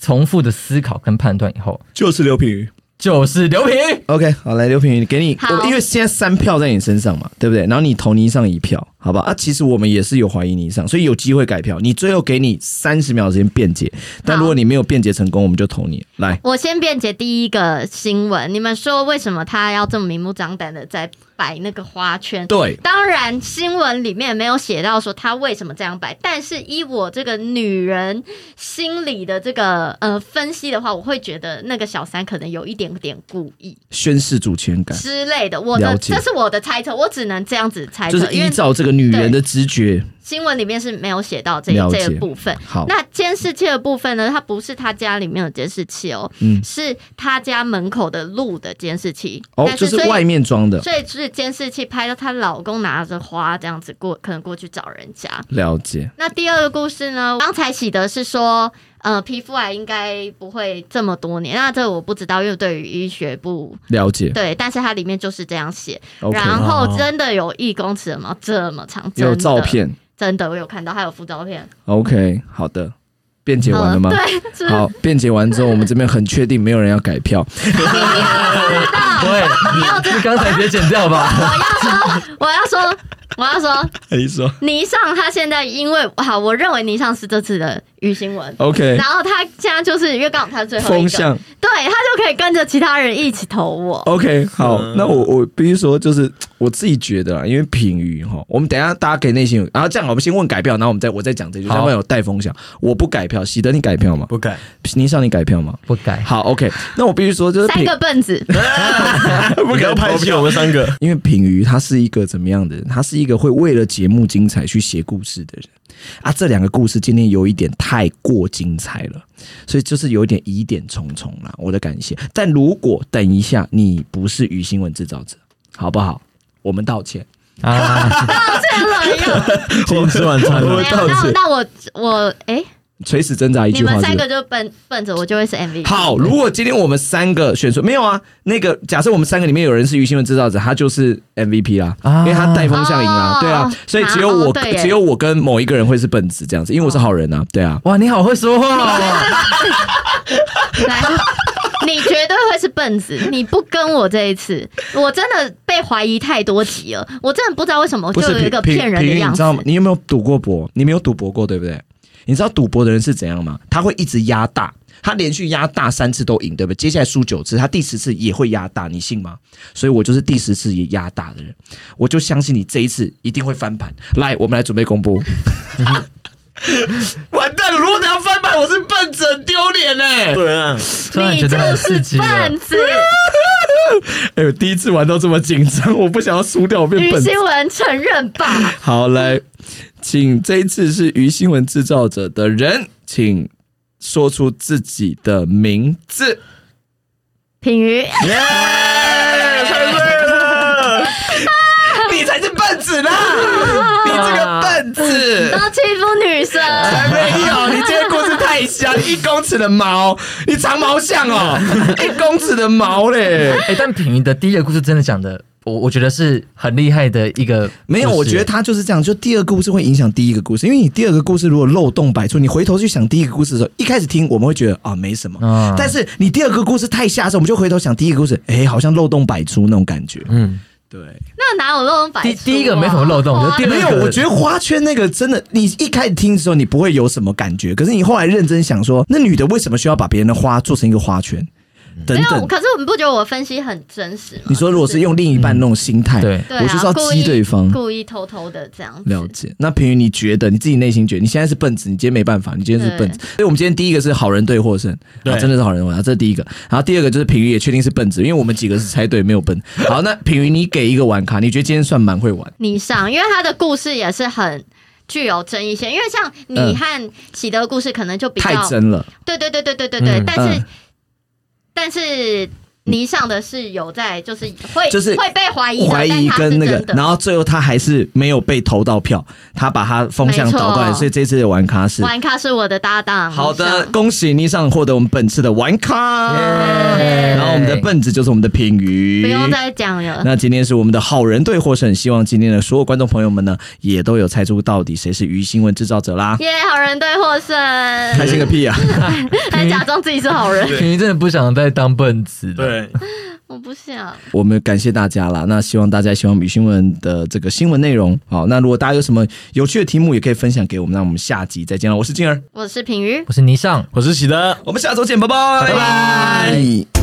S3: 重复的思考跟判断以后，
S1: 就是刘品瑜。
S3: 就是刘平。
S1: OK，好，来刘品瑜，给你，
S2: 好
S1: 我因为现在三票在你身上嘛，对不对？然后你投你上一票，好吧？啊，其实我们也是有怀疑你上，所以有机会改票。你最后给你三十秒的时间辩解，但
S2: 好
S1: 如果你没有辩解成功，我们就投你。来，
S2: 我先辩解第一个新闻，你们说为什么他要这么明目张胆的在摆那个花圈？
S1: 对，
S2: 当然，新闻里面没有写到说他为什么这样摆，但是依我这个女人心理的这个呃分析的话，我会觉得那个小三可能有一点点故意
S1: 宣誓主权感，
S2: 之类的。我的
S1: 了解
S2: 这是我的猜测，我只能这样子猜
S1: 就是
S2: 测，因
S1: 依
S2: 为
S1: 照这个女人的直觉。
S2: 新闻里面是没有写到这
S1: 了解
S2: 这个部分。
S1: 好，
S2: 那监视器的部分呢？它不是他家里面的监视器哦，
S1: 嗯
S2: 是他家门口的路的监视器。
S1: 哦，
S2: 但
S1: 就是是
S2: 所以
S1: 外面装的，
S2: 所以是监视器拍到她老公拿着花这样子过，可能过去找人家。
S1: 了解。
S2: 那第二个故事呢？刚才喜德是说，呃，皮肤癌应该不会这么多年，那这我不知道，因为对于医学不
S1: 了解
S2: 对，但是它里面就是这样写。
S1: ，OK，
S2: 然
S4: 哦
S2: 后真的有一公尺的毛这么长，真
S1: 有
S2: 的
S1: 照，片
S2: 真的我有看到，还有附照片。
S1: ，OK，好的，辩解完了吗
S2: 嗯？对，是
S1: 好，辩解完之后，我们这边很确定没有人要改票。
S3: 对，你刚才别剪掉吧。
S2: 我要说，我要说，
S1: 你说
S2: 倪尚他现在因为好，我认为倪尚是这次的于新闻。
S1: ，OK，
S2: 然后他现在就是因为刚好他是最后
S1: 哦
S2: 一
S1: 风
S2: 个，
S1: 向哦
S2: 对他就可以跟着其他人一起投我。
S1: ，OK，好，
S4: 嗯
S1: 那我我必须说，就是我自己觉得啊，因为品鱼哈，我们等一下大家可以内心有，然后这样我们先问改票，然后我们再我再讲这句，
S3: 好
S1: 要不然有带风向。我不改票，喜德你改票吗？
S4: 不改，
S1: 倪尚你改票吗？
S3: 不改，
S1: 好，OK，那我必须说，就是
S2: 三
S1: 品
S2: 个笨 子，
S4: 不要拍戏，我们三个。
S1: 因为品瑜他是一个怎么样的人？他是一个会为了节目精彩去写故事的人啊。这两个故事今天有一点太过精彩了，所以就是有一点疑点重重啦。我的感谢，但如果等一下你不是于新闻制造者，好不好？我们道歉。
S3: 啊，
S2: 这样怎么样
S4: 今天吃晚餐啊
S1: 我
S4: 了
S1: 们，道
S2: 那
S1: 歉
S2: 那我我哎，
S1: 垂死挣扎一
S2: 你
S1: 句话
S2: 们
S1: 是
S2: 三个就笨笨着，我就会是 MV。，
S1: 好，如果今天我们三个选出没有啊？那个假设我们三个里面有人是于新闻制造者，他就是 MVP 啦，
S3: 啊
S1: 因为他带风向赢啦，
S2: 哦
S1: 对啊，所以只有
S2: 啊
S1: 我、
S2: 哦对耶
S1: 只有我跟某一个人会是本子这样子，因为我是好人啊，对啊。
S3: 哇，你好会说话哦。
S2: 来，你绝对会是 笨子，你不跟我这一次，我真的被怀疑太多集了，我真的不知道为什么我
S1: 不
S2: 就是有一个
S1: 平
S2: 骗人
S1: 平
S2: 的
S1: 平
S2: 样
S1: 你知
S2: 子
S1: 道。吗？你有没有赌过博？你没有赌博过，对不对？你知道赌博的人是怎样吗？他会一直压大，他连续压大三次都赢，对不对？接下来输九次，他第十次也会压大，你信吗？所以我就是第十次也压大的人，我就相信你这一次一定会翻盘。来，我们来准备公 布。完蛋了！如果他翻盘，我是笨子，很丢脸哎！
S4: 对啊，
S3: 突然觉得很刺激了。
S2: 笨子，
S1: 哎呦，第一次玩到这么紧张，我不想要输掉，我变
S2: 于
S1: 笨子。
S2: 新文承认 吧。
S1: 好，来，请这一次是于新闻制造者的人，请说出自己的名字。
S2: 品瑜，
S1: 耶、猜对了！你才是笨子啦！你这个笨子！
S2: 都欺负 女生，
S1: 没有，啊你今天故事太香，一公尺的毛，你长毛象哦，一公尺的毛嘞！
S3: 哎、但品云的第一个故事真的讲的，我我觉得是很厉害的一个故事。
S1: 没有，我觉得他就是这样，就第二个故事会影响第一个故事，因为你第二个故事如果漏洞百出，你回头去想第一个故事的时候，一开始听我们会觉得啊没什么，
S3: 啊
S1: 但是你第二个故事太吓人，我们就回头想第一个故事，哎，好像漏洞百出那种感觉。
S4: 嗯，
S1: 对，
S2: 那哪有漏洞百出啊？哦
S3: 第第一个没什么漏洞
S2: 哇
S3: 就第二个
S1: 没有，我觉得花圈那个真的，你一开始听的时候你不会有什么感觉，可是你后来认真想说，那女的为什么需要把别人的花做成一个花圈？等
S2: 没有，
S1: 等，
S2: 可是我们不觉得我分析很真实吗？
S1: 你说如果是用另一半那种心态，
S3: 对
S2: 对啊，
S1: 我就是要
S2: 故
S1: 激
S2: 意
S1: 对方。
S2: 故意偷偷的这样
S1: 了
S2: 子。
S1: 解。那平宇，你觉得你自己内心觉得你现在是笨子，你今天没办法，你今天是笨子。所以我们今天第一个是好人对获胜，
S4: 对
S1: 啊，真的是好人获胜，这是第一个。然后第二个就是平宇也确定是笨子，因为我们几个是猜对，没有笨。好，那平宇你给一个玩卡，你觉得今天算蛮会玩？
S2: 你上，因为他的故事也是很具有争议性，因为像你
S1: 嗯
S2: 和喜德的故事可能就比
S1: 太
S2: 较，
S1: 真了，
S2: 对对对对对对对，
S4: 嗯
S2: 但是、
S1: 嗯
S2: 但是你上的是有在，就是会
S1: 就是
S2: 会被怀疑的，
S1: 怀疑
S2: 哎但他是
S1: 跟那个
S2: 真，的
S1: 然后最后他还是没有被投到票，他把他风向
S2: 没错
S1: 倒过来，所以这次的玩卡是。
S2: 玩咖是我的搭档，
S1: 好的，
S2: 你上
S1: 恭喜你上获得我们本次的玩卡然后我们的笨子就是我们的平宇，
S2: 不用再讲 了。
S1: 那今天是我们的好人对获胜，希望今天的所有观众朋友们呢，也都有猜出到底谁是鱼新闻制造者 啦。
S2: 耶好人对获胜，
S1: 开心个屁啊！
S2: 还假装自己是好人，
S3: 品云真的不想再当笨子。，
S4: 对，
S2: 我不想。
S1: 我们感谢大家啦。那希望大家喜欢我们鱼新闻的这个新闻内容。好，那如果大家有什么有趣的题目，也可以分享给我们。那我们下集再见了。我是静儿，
S2: 我是品瑜，
S3: 我是霓裳。
S4: 我是喜德。
S1: 我们下周见，拜拜，
S3: 拜拜
S1: 拜